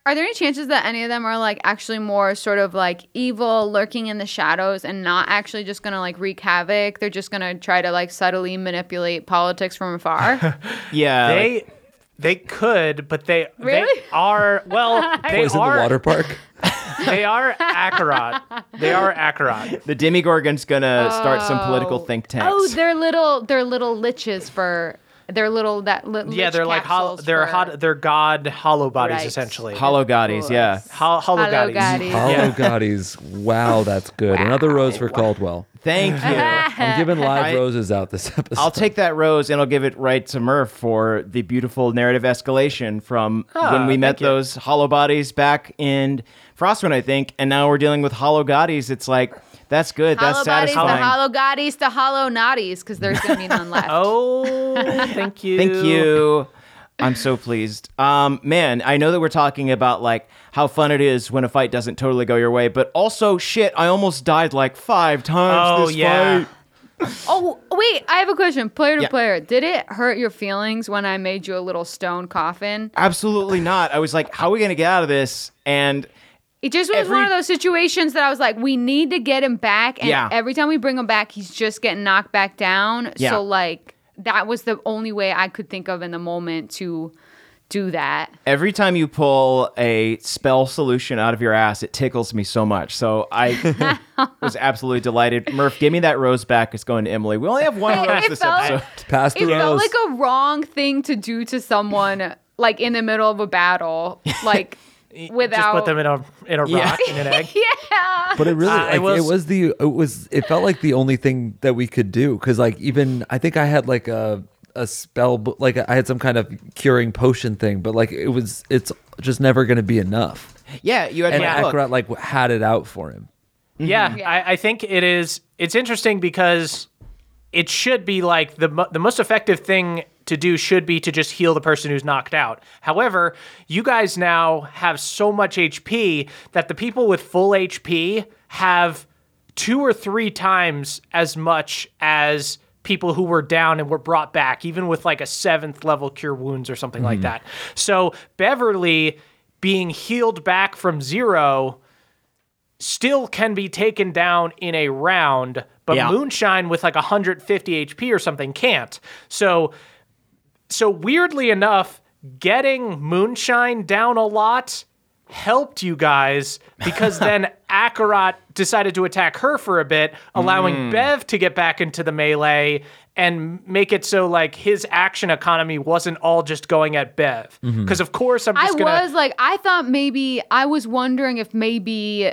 Speaker 5: are there any chances that any of them are like actually more sort of like evil lurking in the shadows and not actually just gonna like wreak havoc? They're just gonna try to like subtly manipulate politics
Speaker 2: (laughs)
Speaker 5: from afar.
Speaker 4: yeah. like-
Speaker 2: they they could, but they
Speaker 5: Really?
Speaker 2: they are
Speaker 5: (laughs)
Speaker 2: well they
Speaker 3: boys in the
Speaker 2: are
Speaker 3: water park?
Speaker 2: they are Akarot. They are Akarot.
Speaker 4: the Demigorgon's gonna start some political
Speaker 5: Oh.
Speaker 4: think
Speaker 5: oh,
Speaker 4: tanks.
Speaker 5: they're little they're little liches for They're little that little
Speaker 2: yeah, they're like hol- they're
Speaker 5: (laughs)
Speaker 2: hot, they're god hollow bodies
Speaker 5: Right.
Speaker 2: essentially.
Speaker 4: Hollow Gotties, yeah.
Speaker 2: Hol- hollow
Speaker 5: Hollow
Speaker 2: goddies.
Speaker 5: goddies.
Speaker 3: Hollow
Speaker 2: Yeah.
Speaker 3: Gotti's. Wow, that's good. Another rose for Caldwell.
Speaker 4: Thank
Speaker 5: (laughs)
Speaker 4: you.
Speaker 3: I'm giving live
Speaker 4: I-
Speaker 3: roses out this (laughs) episode.
Speaker 4: I'll take that rose and I'll give it right to Murph for the beautiful narrative escalation from
Speaker 5: Ah,
Speaker 4: when we met those hollow bodies back in Frostwind, I think, and now we're dealing with hollow goddies. It's like that's good.
Speaker 5: Hollow
Speaker 4: that's
Speaker 5: bodies, the
Speaker 4: satisfying.
Speaker 5: hollow goddies, the hollow naughties, because there's gonna be none left.
Speaker 2: (laughs) Oh,
Speaker 4: (laughs)
Speaker 2: thank you.
Speaker 4: Thank you. I'm so pleased. Um, man, I know that we're talking about like how fun it is when a fight doesn't totally go your way, but also shit, I almost died like five times
Speaker 2: Oh,
Speaker 4: this
Speaker 2: yeah.
Speaker 4: fight.
Speaker 5: Oh wait, I have a question. Player to
Speaker 4: Yeah.
Speaker 5: player, did it hurt your feelings when I made you a little stone coffin?
Speaker 4: Absolutely not. I was like, how are we gonna get out of this? And
Speaker 5: It just was
Speaker 4: Every-
Speaker 5: one of those situations that I was like, we need to get him back, and
Speaker 4: Yeah.
Speaker 5: every time we bring him back, he's just getting knocked back down.
Speaker 4: Yeah.
Speaker 5: So like, that was the only way I could think of in the moment to do that.
Speaker 4: Every time you pull a spell solution out of your ass, it tickles me so much. So I
Speaker 5: (laughs)
Speaker 4: was absolutely delighted. Murph, give me that rose back. It's going to Emily. We only have one
Speaker 5: (laughs) It-
Speaker 4: rose
Speaker 5: it
Speaker 4: this
Speaker 5: felt-
Speaker 4: episode.
Speaker 3: pass the
Speaker 5: it felt
Speaker 3: rose.
Speaker 5: like a wrong thing to do to someone like in the middle of
Speaker 2: (laughs)
Speaker 5: a battle like
Speaker 2: Just
Speaker 5: without
Speaker 2: put them in a in a
Speaker 4: Yeah.
Speaker 2: rock and an egg.
Speaker 5: yeah
Speaker 3: but it really,
Speaker 2: Uh,
Speaker 3: like,
Speaker 2: it
Speaker 3: it, was,
Speaker 2: was-
Speaker 3: the, it was, it felt like the only thing that we could do because, like, even I think I had like a a spell, bo- like I had some kind of curing potion thing, but like it was, it's just never going to be enough.
Speaker 4: Yeah, you had
Speaker 3: And
Speaker 4: yeah, look.
Speaker 3: Akrat like had it out for him.
Speaker 2: Yeah,
Speaker 5: Yeah.
Speaker 2: I, I think it is. It's interesting because it should be like the mo- the most effective thing to do should be to just heal the person who's knocked out. However, you guys now have so much HP that the people with full HP have two or three times as much as people who were down and were brought back, even with like a seventh level cure wounds or something like that. So Beverly being healed back from zero still can be taken down in a round, but
Speaker 4: Yeah.
Speaker 2: Moonshine with like 150 HP or something can't. So so weirdly enough, getting Moonshine down a lot helped you guys because then Akarat decided to attack her for a bit, allowing Bev to get back into the melee and make it so like his action economy wasn't all just going at Bev. Because of course I'm
Speaker 5: i
Speaker 2: just gonna
Speaker 5: was like i thought maybe i was wondering if maybe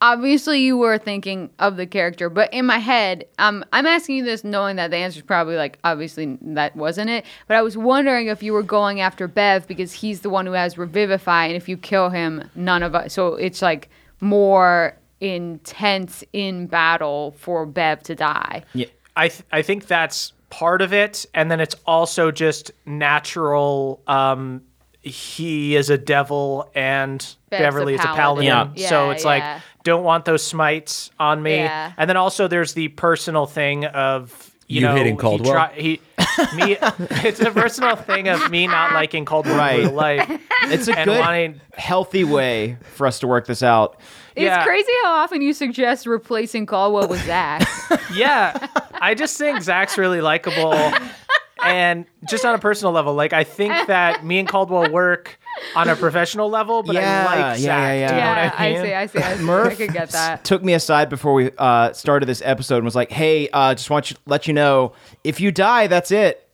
Speaker 5: obviously you were thinking of the character but in my head um, i'm asking you this knowing that the answer is probably like obviously that wasn't it but i was wondering if you were going after bev because he's the one who has revivify and if you kill him none of us so it's like more intense in battle for bev to die
Speaker 2: I th- I think that's part of it, and then it's also just natural. Um, he is a devil, and
Speaker 5: Bev's a
Speaker 2: Beverly is a paladin.
Speaker 5: paladin. Yeah.
Speaker 2: So
Speaker 5: Yeah,
Speaker 2: it's
Speaker 5: yeah.
Speaker 2: like don't want those smites on me.
Speaker 5: Yeah.
Speaker 2: And then also there's the personal thing of you,
Speaker 3: You
Speaker 2: know
Speaker 3: hating Caldwell?
Speaker 2: He, tri- he me. (laughs) it's a personal thing of me not liking Caldwell
Speaker 4: Right.
Speaker 2: in real life.
Speaker 4: It's a
Speaker 2: and
Speaker 4: good,
Speaker 2: wanting-
Speaker 4: healthy way for us to work this out.
Speaker 2: Yeah.
Speaker 5: It's crazy how often you suggest replacing Caldwell with
Speaker 2: (laughs)
Speaker 5: Zach.
Speaker 2: yeah, I just think Zach's really likable, and just on a personal level, like I think
Speaker 5: (laughs)
Speaker 2: that me and Caldwell work on a professional level, but
Speaker 4: Yeah,
Speaker 2: I like
Speaker 4: yeah,
Speaker 2: Zach.
Speaker 4: yeah,
Speaker 2: Do you know what
Speaker 5: yeah,
Speaker 2: I
Speaker 5: I,
Speaker 2: mean?
Speaker 5: see, I see, I see. I
Speaker 4: Murph
Speaker 5: could get that.
Speaker 4: took me aside before we uh, started this episode and was like, "Hey, uh, just want to let you know if you die, that's it.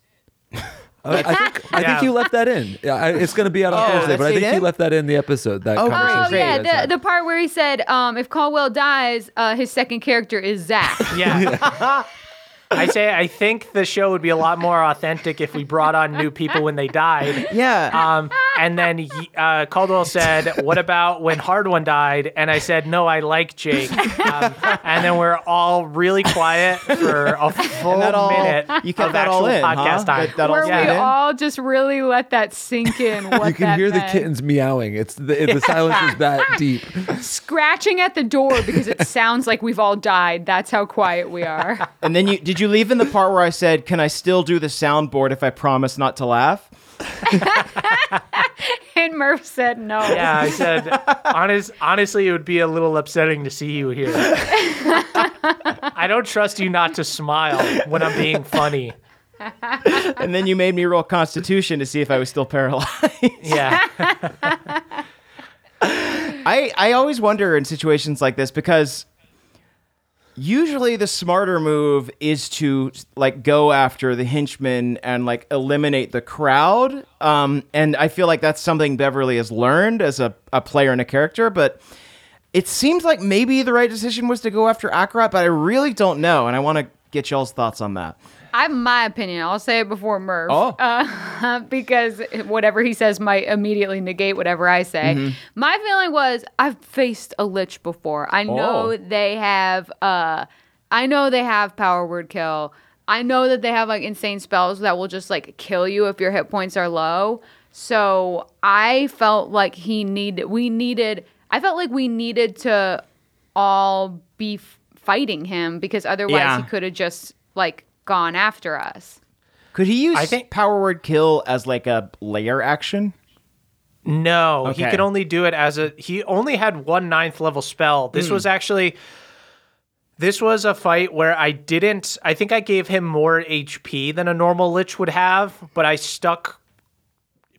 Speaker 3: I, I think, I
Speaker 2: Yeah.
Speaker 3: think you left that in. Yeah, I, it's going to be out on
Speaker 4: Oh,
Speaker 3: Thursday, but I
Speaker 4: that's
Speaker 3: think
Speaker 4: it?
Speaker 3: you left that in the episode. That
Speaker 4: Oh,
Speaker 5: Oh
Speaker 3: conversation.
Speaker 4: great.
Speaker 3: you guys
Speaker 5: yeah,
Speaker 3: had.
Speaker 5: the, the part where he said, um, "If Caldwell dies, uh, his second character is
Speaker 3: (laughs)
Speaker 5: Zach."
Speaker 2: Yeah.
Speaker 5: (laughs)
Speaker 2: I say I think the show would be a lot more authentic if we brought on new people when they died.
Speaker 4: Yeah,
Speaker 2: Um, and then he- uh, Caldwell said, "What about when Hard One died?" And I said, "No, I like Jake." Um, and then we're all really quiet for a full
Speaker 4: that all-
Speaker 2: minute.
Speaker 4: you kept
Speaker 2: of
Speaker 4: that
Speaker 2: actual
Speaker 4: all in, huh?
Speaker 2: podcast time.
Speaker 4: That- that all
Speaker 5: Where
Speaker 2: stayed
Speaker 5: we
Speaker 4: in?
Speaker 5: all just really let that sink in. What
Speaker 3: you can
Speaker 5: that
Speaker 3: hear the
Speaker 5: meant.
Speaker 3: kittens meowing. It's the,
Speaker 4: (laughs)
Speaker 3: the silence is that deep.
Speaker 5: scratching at the door because it sounds like we've all died. That's how quiet we are. (laughs)
Speaker 4: and then you did you leave in the part where I said, "Can I still do the soundboard if I promise not to laugh?"
Speaker 5: and Murph said no.
Speaker 2: Yeah, I said, honest, honestly, it would be a little upsetting to see you here.
Speaker 5: (laughs)
Speaker 2: I don't trust you not to smile when I'm being funny.
Speaker 4: And then you made me roll Constitution to see if I was still (laughs) paralyzed.
Speaker 2: Yeah.
Speaker 4: I, I always wonder in situations like this because usually the smarter move is to like go after the henchmen and like eliminate the crowd um, and i feel like that's something beverly has learned as a, a player and a character but it seems like maybe the right decision was to go after akarat but i really don't know and i want to get y'all's thoughts on that
Speaker 5: I have my opinion. I'll say it before Merv.
Speaker 4: Oh.
Speaker 5: Uh, (laughs) because whatever he says might immediately negate whatever I say.
Speaker 3: Mm-hmm.
Speaker 5: My feeling was I've faced a lich before. I know
Speaker 4: Oh.
Speaker 5: they have uh I know they have power word kill. I know that they have like insane spells that will just like kill you if your hit points are low. So I felt like he needed we needed I felt like we needed to all be f- fighting him because otherwise
Speaker 4: Yeah.
Speaker 5: he could have just like gone after us.
Speaker 4: could he use
Speaker 2: I think-
Speaker 4: power word kill as like a layer action
Speaker 2: No, he
Speaker 4: Okay.
Speaker 2: could only do it as a. He only had one ninth level spell. This was actually. This was a fight where I didn't. I think I gave him more HP than a normal Lich would have, but I stuck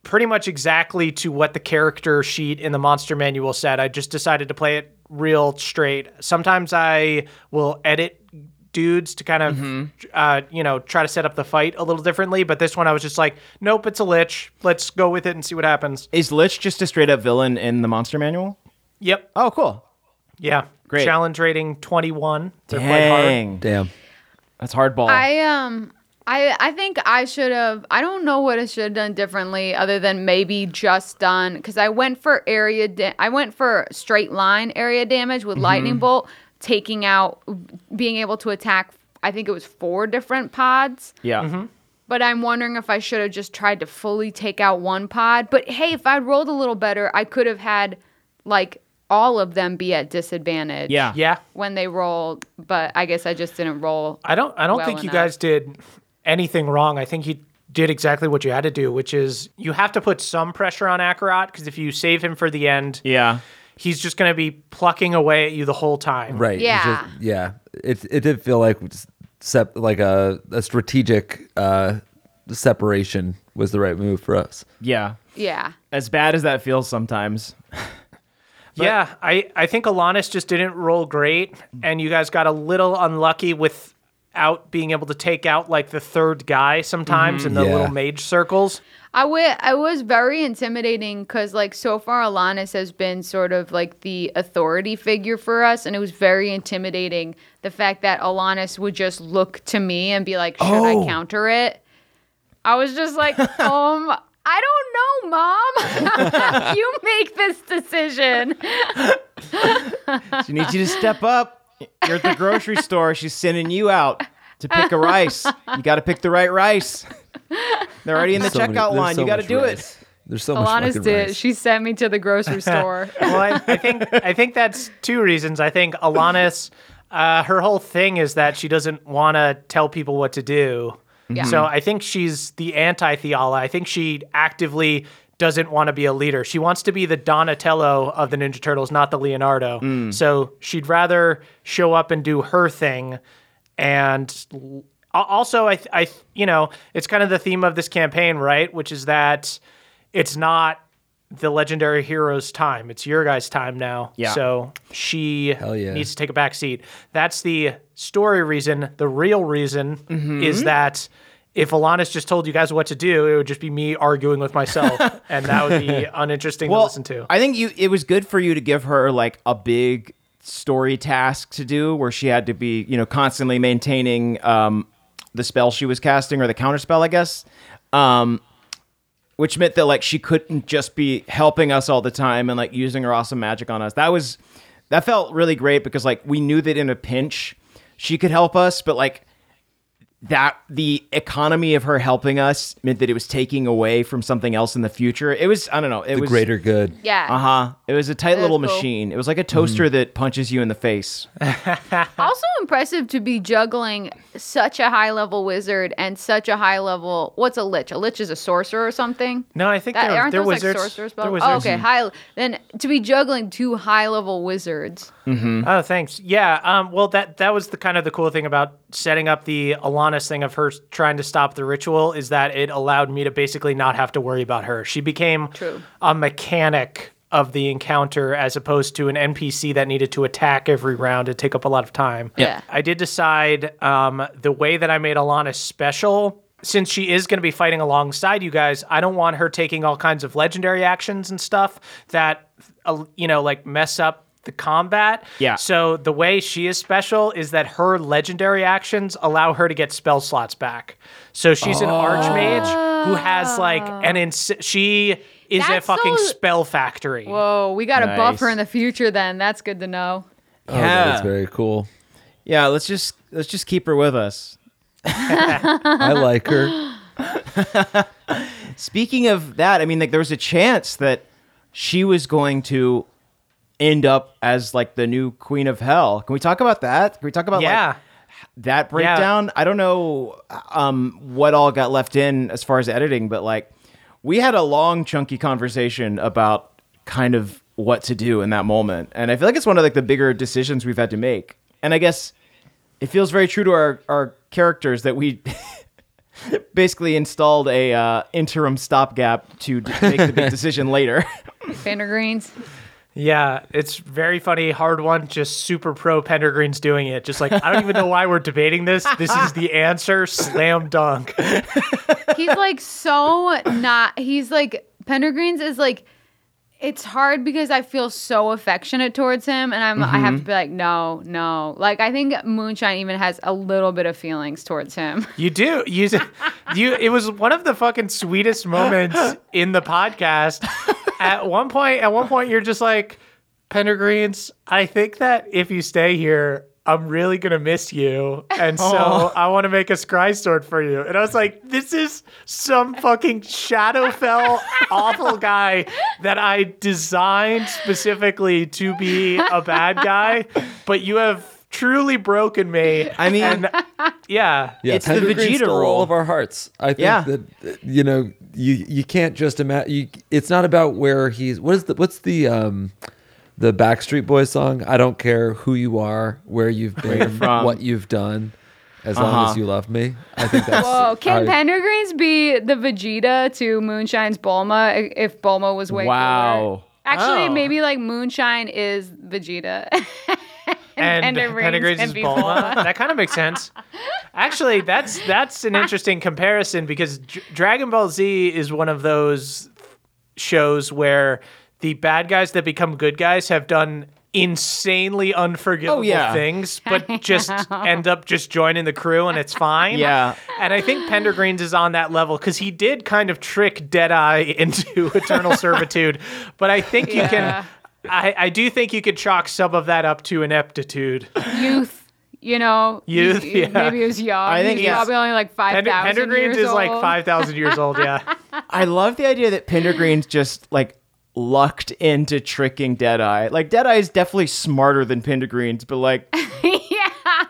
Speaker 2: pretty much exactly to what the character sheet in the monster manual said. I just decided to play it real straight. Sometimes I will edit dudes to kind of uh, you know try to set up the fight a little differently but this one i was just like nope it's a lich let's go with it and see what happens
Speaker 4: is lich just a straight up villain in the monster manual
Speaker 2: Yep.
Speaker 4: oh cool
Speaker 2: Yeah.
Speaker 4: Great.
Speaker 2: Challenge rating 21. They're quite hard.
Speaker 4: Dang.
Speaker 3: Damn.
Speaker 4: that's hardball
Speaker 5: I um I I think I should have I don't know what I should have done differently other than maybe just done cuz I went for area da- I went for straight line area damage with lightning bolt taking out being able to attack I think it was four different pods.
Speaker 4: yeah
Speaker 3: Mm-hmm.
Speaker 5: But I'm wondering if I should have just tried to fully take out one pod. But hey, if I'd rolled a little better, I could have had like all of them be at disadvantage.
Speaker 4: Yeah.
Speaker 2: Yeah.
Speaker 5: When they rolled, but I guess I just didn't roll.
Speaker 2: I don't I don't
Speaker 5: Well
Speaker 2: think you
Speaker 5: enough.
Speaker 2: guys did anything wrong. I think you did exactly what you had to do, which is you have to put some pressure on Akarat because if you save him for the end,
Speaker 4: yeah
Speaker 2: he's just going to be plucking away at you the whole time.
Speaker 3: Right. It's
Speaker 5: Yeah.
Speaker 3: just- yeah. It it did feel like s- sep- like a, a strategic uh, separation was the right move for us.
Speaker 4: yeah
Speaker 5: Yeah.
Speaker 4: as bad as that feels sometimes.
Speaker 2: yeah, I, I think Alanis just didn't roll great, and you guys got a little unlucky without being able to take out like the third guy sometimes in the
Speaker 3: Yeah.
Speaker 2: little mage circles.
Speaker 5: I wa- I was very intimidating because, like, so far Alanis has been sort of like the authority figure for us, and it was very intimidating the fact that Alanis would just look to me and be like, "Should
Speaker 3: Oh.
Speaker 5: I counter it?" I was just
Speaker 3: (laughs)
Speaker 5: like, um. I don't know, Mom. (laughs) you make this decision.
Speaker 4: She needs you to step up. You're at the grocery store. She's sending you out to pick a rice. You got to pick the right rice. They're already in the
Speaker 3: There's so many-
Speaker 4: checkout
Speaker 3: there's
Speaker 4: line.
Speaker 3: so
Speaker 4: you got to
Speaker 3: much
Speaker 4: do
Speaker 3: rice.
Speaker 4: it.
Speaker 3: There's so much
Speaker 5: Alanis
Speaker 3: fucking
Speaker 5: did.
Speaker 3: rice.
Speaker 5: She sent me to
Speaker 3: (laughs)
Speaker 5: the grocery store.
Speaker 2: well, I, I think I think that's two reasons. I think Alanis, uh, her whole thing is that she doesn't want to tell people what to do.
Speaker 5: Yeah.
Speaker 2: So I think she's the anti Theala. I think she actively doesn't want to be a leader. She wants to be the Donatello of the Ninja Turtles, not the Leonardo. So she'd rather show up and do her thing and l- al- also I th- I th- you know, it's kind of the theme of this campaign, right? Which is that it's not the legendary hero's time. It's your guys' time now.
Speaker 4: Yeah.
Speaker 2: So she
Speaker 3: yeah.
Speaker 2: needs to take a back seat. That's the story reason. The real reason
Speaker 4: Mm-hmm.
Speaker 2: is that if Alanis just told you guys what to do, it would just be me arguing with myself, and that would
Speaker 4: (laughs)
Speaker 2: be uninteresting to
Speaker 4: Well,
Speaker 2: listen to.
Speaker 4: I think you. It was good for you to give her like a big story task to do, where she had to be, you know, constantly maintaining um, the spell she was casting or the counter spell, I guess. Um, which meant that like she couldn't just be helping us all the time and like using her awesome magic on us. That was that felt really great because like we knew that in a pinch she could help us, but like that the economy of her helping us meant that it was taking away from something else in the future. It was I don't know. It
Speaker 3: the
Speaker 4: was
Speaker 3: greater good.
Speaker 5: Yeah.
Speaker 4: Uh huh. It was a tight little
Speaker 5: cool.
Speaker 4: machine. It was like a toaster that punches you in the face.
Speaker 5: also impressive to be juggling such a high level wizard and such a high level. What's a lich? A lich is a sorcerer or something.
Speaker 2: no, I think
Speaker 5: That,
Speaker 2: they're,
Speaker 5: aren't
Speaker 2: they're
Speaker 5: those
Speaker 2: wizards.
Speaker 5: like sorcerer
Speaker 2: They're
Speaker 5: spells?
Speaker 2: wizards.
Speaker 5: Oh, okay. High then to be juggling two high level wizards. Mm-hmm.
Speaker 2: Oh, thanks. Yeah. Um, well, that that was the kind of the cool thing about setting up the Alanis thing of her s- trying to stop the ritual is that it allowed me to basically not have to worry about her. She became
Speaker 5: True.
Speaker 2: a mechanic of the encounter as opposed to an NPC that needed to attack every round and take up a lot of time.
Speaker 5: Yeah.
Speaker 2: I did decide um, the way that I made Alana special. Since she is going to be fighting alongside you guys, I don't want her taking all kinds of legendary actions and stuff that, uh, you know, like mess up the combat.
Speaker 4: Yeah.
Speaker 2: So the way she is special is that her legendary actions allow her to get spell slots back. So she's an archmage who has like an ins- she is a
Speaker 5: Ah. That's
Speaker 2: fucking
Speaker 5: so-
Speaker 2: spell factory.
Speaker 5: Whoa, we got to buff
Speaker 4: Nice.
Speaker 5: her in the future then. That's good to know.
Speaker 3: Oh, that
Speaker 4: Yeah.
Speaker 3: is very cool.
Speaker 4: Yeah, let's just let's just keep her with us.
Speaker 3: I like
Speaker 4: (laughs)
Speaker 3: her.
Speaker 4: Speaking of that, I mean, like there was a chance that she was going to end up as like the new queen of hell. Can we talk about that? Can we talk about
Speaker 2: yeah.
Speaker 4: like that breakdown? I don't know um, what all got left in as far as editing, but like we had a long chunky conversation about kind of what to do in that moment, and I feel like it's one of like the bigger decisions we've had to make. And I guess it feels very true to our our characters that we (laughs) basically installed a uh, interim stopgap to d- make the (laughs) big decision later.
Speaker 5: Vandergreens.
Speaker 2: Yeah, it's very funny. Hard one, just super pro Pendergreen's doing it. Just like, I don't even know why we're debating this. This is the answer, slam dunk.
Speaker 5: He's like so not. He's like Pendergreens is like. It's hard because I feel so affectionate towards him, and I'm I
Speaker 2: Mm-hmm.
Speaker 5: have to be like, no, no. Like I think Moonshine even has a little bit of feelings
Speaker 2: (laughs)
Speaker 5: towards him.
Speaker 2: You do. You you it was one of the fucking sweetest moments in the podcast. At one point, at one point you're just like, Pendergreens, I think that if you stay here, I'm really gonna miss you. And so I wanna make a scry sword for you. And I was like, this is some fucking Shadowfell awful guy that I designed specifically to be a bad guy, but you have truly broken me.
Speaker 4: I mean, (laughs)
Speaker 2: Yeah.
Speaker 3: Yeah,
Speaker 4: It's the
Speaker 3: Pendergreen
Speaker 4: Vegeta
Speaker 3: stole
Speaker 4: role.
Speaker 3: all of our hearts. I think
Speaker 4: Yeah.
Speaker 3: that uh, you know you you can't just imagine. It's not about where he's. What is the what's the um the Backstreet Boys song? I don't care who you are, where Uh-huh. you've been,
Speaker 4: from.
Speaker 3: what you've done, as long as you love me. I think that's.
Speaker 5: Whoa, can
Speaker 3: I-
Speaker 5: Pendergreens be the Vegeta to Moonshine's Bulma i- if Bulma was way
Speaker 4: Wow.
Speaker 5: cooler? Actually,
Speaker 2: Oh.
Speaker 5: maybe like Moonshine is Vegeta. (laughs)
Speaker 2: and
Speaker 5: Pendergrains
Speaker 2: Pendergrains
Speaker 5: and
Speaker 2: is
Speaker 5: Beefball.
Speaker 2: Bulma. (laughs) that kind of makes sense. Actually, that's that's an interesting comparison because Dr- Dragon Ball Z is one of those shows where the bad guys that become good guys have done insanely unforgivable
Speaker 4: Oh, yeah.
Speaker 5: (laughs)
Speaker 2: things, but just end up just joining the crew and it's fine.
Speaker 4: Yeah.
Speaker 2: And I think Pendergreens is on that level because he did kind of trick Deadeye (laughs) into eternal
Speaker 5: (laughs)
Speaker 2: servitude. But I think you
Speaker 5: Yeah.
Speaker 2: can. I, I do think you could chalk some of that up to
Speaker 5: (laughs)
Speaker 2: ineptitude.
Speaker 5: youth, you know,
Speaker 2: Youth,
Speaker 5: he-
Speaker 2: yeah.
Speaker 5: maybe he was young.
Speaker 4: I think
Speaker 5: he's
Speaker 4: yes.
Speaker 5: probably only like five
Speaker 2: Pender,
Speaker 5: thousand.
Speaker 2: Pendergreens is like 5,000 years old,
Speaker 5: (laughs)
Speaker 2: yeah.
Speaker 4: I love the idea that
Speaker 2: (gasps)
Speaker 4: Pendergreen's just like lucked into tricking Deadeye. Like Deadeye is definitely smarter than Pendergreen's, but like
Speaker 2: (laughs)
Speaker 5: yeah,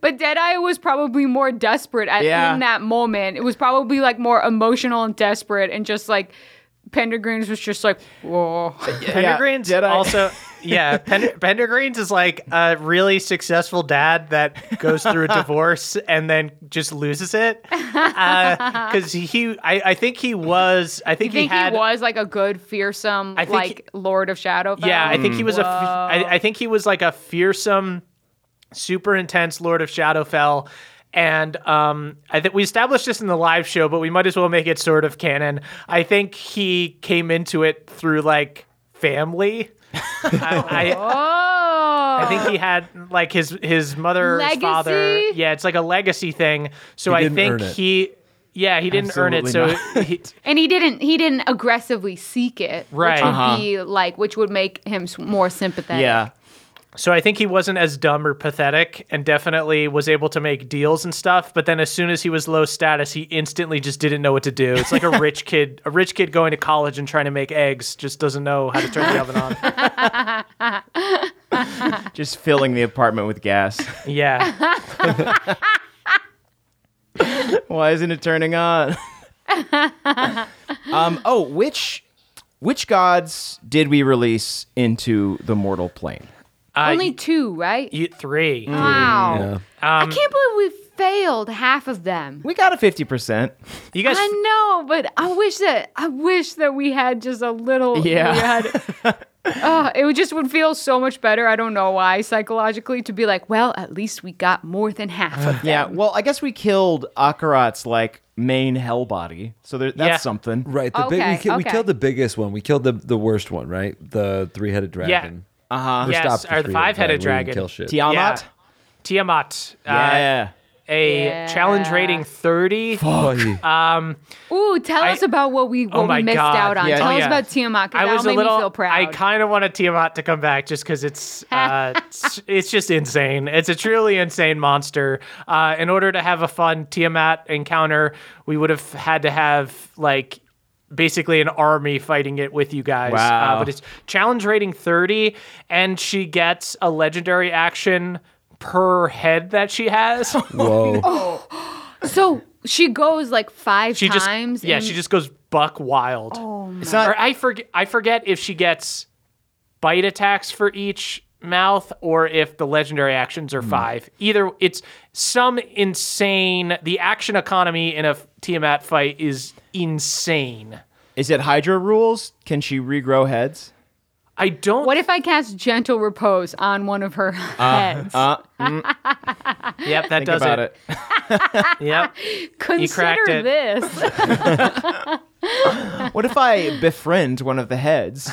Speaker 5: but Deadeye was probably more desperate at,
Speaker 4: Yeah.
Speaker 5: in that moment. It was probably like more emotional and desperate, and just like Pendergreens was just like, whoa.
Speaker 2: Uh,
Speaker 5: (laughs)
Speaker 2: Pendergreens
Speaker 4: Deadeye-
Speaker 2: also, yeah, Pender, Pendergreens is like a really successful dad that goes through a divorce and then just loses it. Because he, I, I think he was, I think
Speaker 5: You think
Speaker 2: he had.
Speaker 5: he was like a good fearsome
Speaker 2: I think
Speaker 5: like Lord of Shadowfell?
Speaker 2: Yeah, I think he was a. f- I, I think he was like a fearsome, super intense Lord of Shadowfell, and um, I think we established this in the live show, but we might as well make it sort of canon. I think he came into it through like
Speaker 5: (laughs)
Speaker 2: family. I, I, I
Speaker 5: Oh,
Speaker 2: think he had like his his mother, his father.
Speaker 5: Legacy?
Speaker 2: Yeah, it's like a legacy thing. So I
Speaker 3: didn't
Speaker 2: think
Speaker 3: earn it.
Speaker 2: he. Yeah, he didn't earn
Speaker 4: Absolutely
Speaker 2: it, so
Speaker 3: (laughs)
Speaker 2: he,
Speaker 5: and he didn't. He didn't aggressively seek it,
Speaker 2: Right.
Speaker 5: Which would
Speaker 4: Uh-huh.
Speaker 5: be like, which would make him s- more sympathetic.
Speaker 4: yeah.
Speaker 2: So I think he wasn't as dumb or pathetic and definitely was able to make deals and stuff, but then as soon as he was low status, he instantly just didn't know what to do. It's like a rich (laughs) kid, a rich kid going to college and trying to make eggs just doesn't know how to turn the oven
Speaker 5: (laughs)
Speaker 2: on.
Speaker 4: Just filling the apartment with
Speaker 2: (laughs)
Speaker 4: gas.
Speaker 2: Yeah.
Speaker 4: Why isn't it turning on?
Speaker 2: (laughs)
Speaker 4: um oh, which which gods did we release into the mortal plane?
Speaker 2: Uh,
Speaker 5: Only
Speaker 2: you-
Speaker 5: two, right?
Speaker 2: you- Um, three.
Speaker 5: Wow.
Speaker 3: Yeah.
Speaker 5: I can't believe we failed half of them.
Speaker 4: We got a 50%.
Speaker 2: You guys,
Speaker 5: I know, but I wish that I wish that we had just a little.
Speaker 4: Yeah.
Speaker 5: we
Speaker 2: (laughs)
Speaker 5: had- Oh, it would just would feel so much better. I don't know why psychologically to be like, well, at least we got more than half of
Speaker 4: Yeah. Well, I guess we killed Akarat's like main hell body. So there, that's
Speaker 2: Yeah.
Speaker 4: something.
Speaker 3: Right. The big, we,
Speaker 5: Okay,
Speaker 3: ki- we
Speaker 5: okay.
Speaker 3: killed the biggest one. We killed the the worst one, right? The three headed dragon.
Speaker 5: Uh-huh.
Speaker 4: Uh huh.
Speaker 3: Or
Speaker 2: Yes,
Speaker 3: stopped
Speaker 2: or the
Speaker 3: three-headed
Speaker 2: five-headed
Speaker 3: dragon. We
Speaker 2: dragon.
Speaker 3: didn't Kill shit.
Speaker 4: Tiamat.
Speaker 2: Tiamat. uh,
Speaker 4: Yeah.
Speaker 2: a
Speaker 5: Yeah.
Speaker 2: challenge rating 30.
Speaker 3: (laughs) Boy.
Speaker 5: Ooh, tell
Speaker 2: I-
Speaker 5: us about what we what
Speaker 2: Oh my
Speaker 5: we missed
Speaker 2: God.
Speaker 5: out on.
Speaker 4: Yeah.
Speaker 5: tell
Speaker 4: Oh,
Speaker 5: us
Speaker 2: yeah.
Speaker 5: about Tiamat. 'cause
Speaker 2: I
Speaker 5: that'll
Speaker 2: was a
Speaker 5: make
Speaker 2: little.
Speaker 5: me feel proud.
Speaker 2: I kind of wanted Tiamat to come back just because
Speaker 5: (laughs)
Speaker 2: it's uh, it's- it's just insane. It's a truly insane monster. Uh, in order to have a fun Tiamat encounter, we would have had to have like basically an army fighting it with you guys.
Speaker 4: Wow.
Speaker 2: Uh, but it's challenge rating thirty, and she gets a legendary action per head that she has. (laughs)
Speaker 3: Whoa.
Speaker 5: Oh. so she goes like five
Speaker 2: she just
Speaker 5: times.
Speaker 2: yeah,
Speaker 5: and- Oh
Speaker 2: she just goes buck wild.
Speaker 4: It's not.
Speaker 2: or I forget I forget if she gets bite attacks for each mouth or if the legendary actions are five. Either it's some insane the action economy in a f- Tiamat fight is insane.
Speaker 4: Is it Hydra rules? Can she regrow heads?
Speaker 2: I don't
Speaker 5: What if I cast gentle repose on one of her
Speaker 2: Uh,
Speaker 5: heads?
Speaker 2: Yep, that
Speaker 4: Think
Speaker 2: does
Speaker 4: about
Speaker 2: it.
Speaker 4: it.
Speaker 5: (laughs)
Speaker 2: Yep.
Speaker 5: Consider
Speaker 2: cracked it. (laughs)
Speaker 5: this.
Speaker 4: What if I (laughs) befriend one of the heads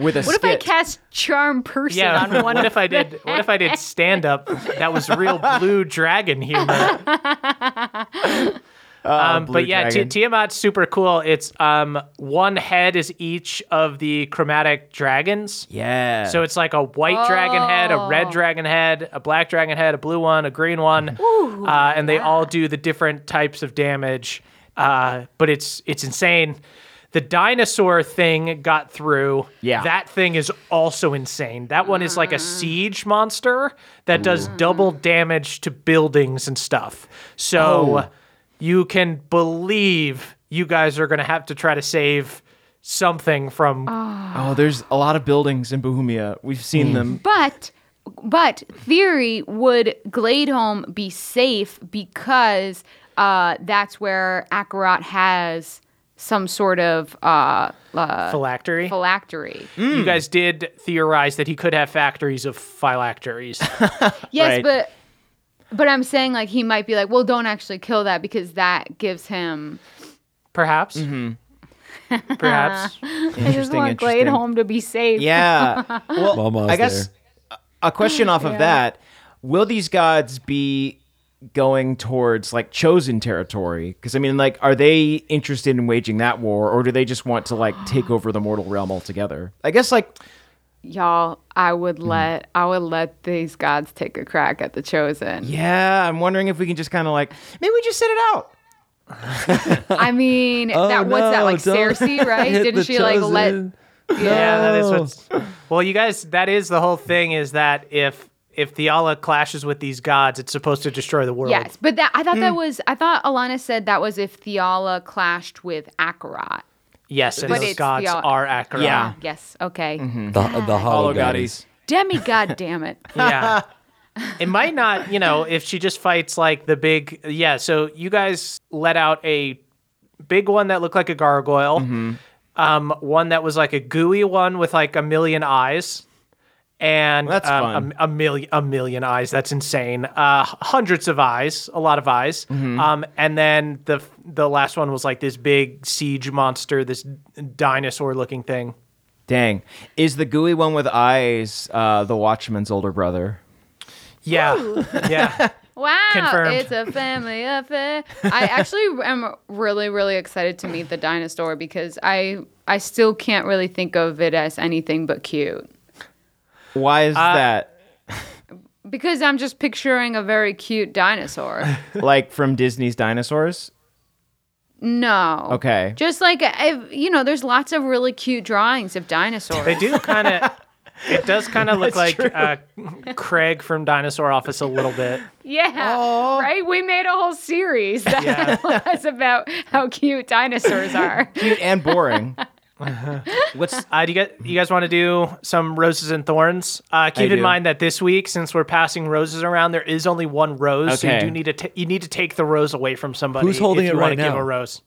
Speaker 4: with a
Speaker 5: What if I
Speaker 4: skit?
Speaker 5: cast charm person
Speaker 2: Yeah.
Speaker 5: on one
Speaker 2: what
Speaker 5: of
Speaker 2: if I did what if I did stand up that was real blue dragon humor. (laughs) um,
Speaker 4: Blue
Speaker 2: but yeah, Ti-
Speaker 4: Dragon.
Speaker 2: Tiamat's super cool. It's um one head is each of the chromatic dragons.
Speaker 4: yeah.
Speaker 2: So it's like a white dragon head, a red dragon head, a black dragon head, a blue one, a green one, uh, and they all do the different types of damage. Uh, but it's it's insane. The dinosaur thing got through.
Speaker 4: Yeah.
Speaker 2: that thing is also insane. That one is like a siege monster that does double damage to buildings and stuff. So you can believe you guys are going to have to try to save something from
Speaker 4: oh, there's a lot of buildings in Bohemia. We've seen them.
Speaker 5: But but theory would Gladeholm be safe because uh, that's where Akarat has some sort of uh, uh,
Speaker 2: phylactery.
Speaker 5: phylactery.
Speaker 2: You guys did theorize that he could have factories of phylacteries.
Speaker 5: Yes,
Speaker 4: Right.
Speaker 5: but but I'm saying like he might be like, well, don't actually kill that because that gives him.
Speaker 2: Perhaps. (laughs) Perhaps.
Speaker 5: I just
Speaker 4: Interesting,
Speaker 5: want
Speaker 4: interesting.
Speaker 5: Gladeholm to be safe.
Speaker 4: Yeah. Well,
Speaker 3: Mama's
Speaker 4: I guess
Speaker 3: there.
Speaker 4: a question off of that: Will these gods be going towards like chosen territory? Because I mean, like, are they interested in waging that war, or do they just want to like take over the mortal realm altogether? I guess like
Speaker 5: y'all. I would let I would let these gods take a crack at the chosen.
Speaker 4: Yeah, I'm wondering if we can just kind of like maybe we just sit it out.
Speaker 5: I mean, that what's that
Speaker 3: Oh, no,
Speaker 5: like
Speaker 3: don't (laughs)
Speaker 5: Cersei, right?
Speaker 3: Hit
Speaker 5: Didn't
Speaker 3: the
Speaker 5: she like let
Speaker 3: chosen.
Speaker 2: Yeah, that is what's. Well, you guys, that is the whole thing is that if if Theala clashes with these gods, it's supposed to destroy the world.
Speaker 5: Yes, but that I thought
Speaker 2: Hmm.
Speaker 5: that was I thought Alana said that was if Theala clashed with Akarat.
Speaker 2: Yes, and
Speaker 5: But
Speaker 2: those
Speaker 5: it's
Speaker 2: gods
Speaker 5: Theala.
Speaker 2: are Acheron.
Speaker 4: Yeah.
Speaker 5: Yes, okay.
Speaker 2: Mm-hmm.
Speaker 3: The, the hollow goddies.
Speaker 5: Demi god
Speaker 2: (laughs)
Speaker 5: damn it.
Speaker 4: (laughs)
Speaker 2: yeah. It might not, you know, if she just fights like the big, yeah. So you guys let out a big one that looked like a gargoyle,
Speaker 4: Mm-hmm.
Speaker 2: um, one that was like a gooey one with like a million eyes, and
Speaker 4: That's
Speaker 2: um,
Speaker 4: fun.
Speaker 2: A, a million, a million eyes. That's insane. Uh, hundreds of eyes, a lot of eyes.
Speaker 4: Mm-hmm.
Speaker 2: Um, and then the the last one was like this big siege monster, this dinosaur looking thing.
Speaker 4: Dang, is the gooey one with eyes uh, the Watchman's older brother?
Speaker 2: Yeah, yeah.
Speaker 5: Wow,
Speaker 2: Confirmed.
Speaker 5: it's a family affair. I actually am really really excited to meet the dinosaur because I I still can't really think of it as anything but cute.
Speaker 4: Why is that?
Speaker 5: Because I'm just picturing a very
Speaker 2: (laughs)
Speaker 5: cute dinosaur.
Speaker 4: Like from Disney's dinosaurs?
Speaker 5: No.
Speaker 4: Okay.
Speaker 5: Just like I've, you know, there's lots of really cute drawings of dinosaurs.
Speaker 2: They do kind of. It does kind of look like uh, Craig from Dinosaur Office a little bit.
Speaker 5: Yeah. Right? We made a
Speaker 2: (laughs)
Speaker 5: whole (laughs) series that was about how cute dinosaurs are. (laughs)
Speaker 4: Cute and boring.
Speaker 2: What's uh, do you get? You guys want to do some roses and thorns? Uh, keep
Speaker 4: I
Speaker 2: in
Speaker 4: do.
Speaker 2: mind that this week, since we're passing roses around, there is only one rose, so you
Speaker 4: Okay.
Speaker 2: do need to ta- you need to take the rose away from somebody.
Speaker 3: Who's holding
Speaker 2: if
Speaker 3: it
Speaker 2: you wanna
Speaker 3: right
Speaker 2: Give
Speaker 3: now?
Speaker 2: a rose.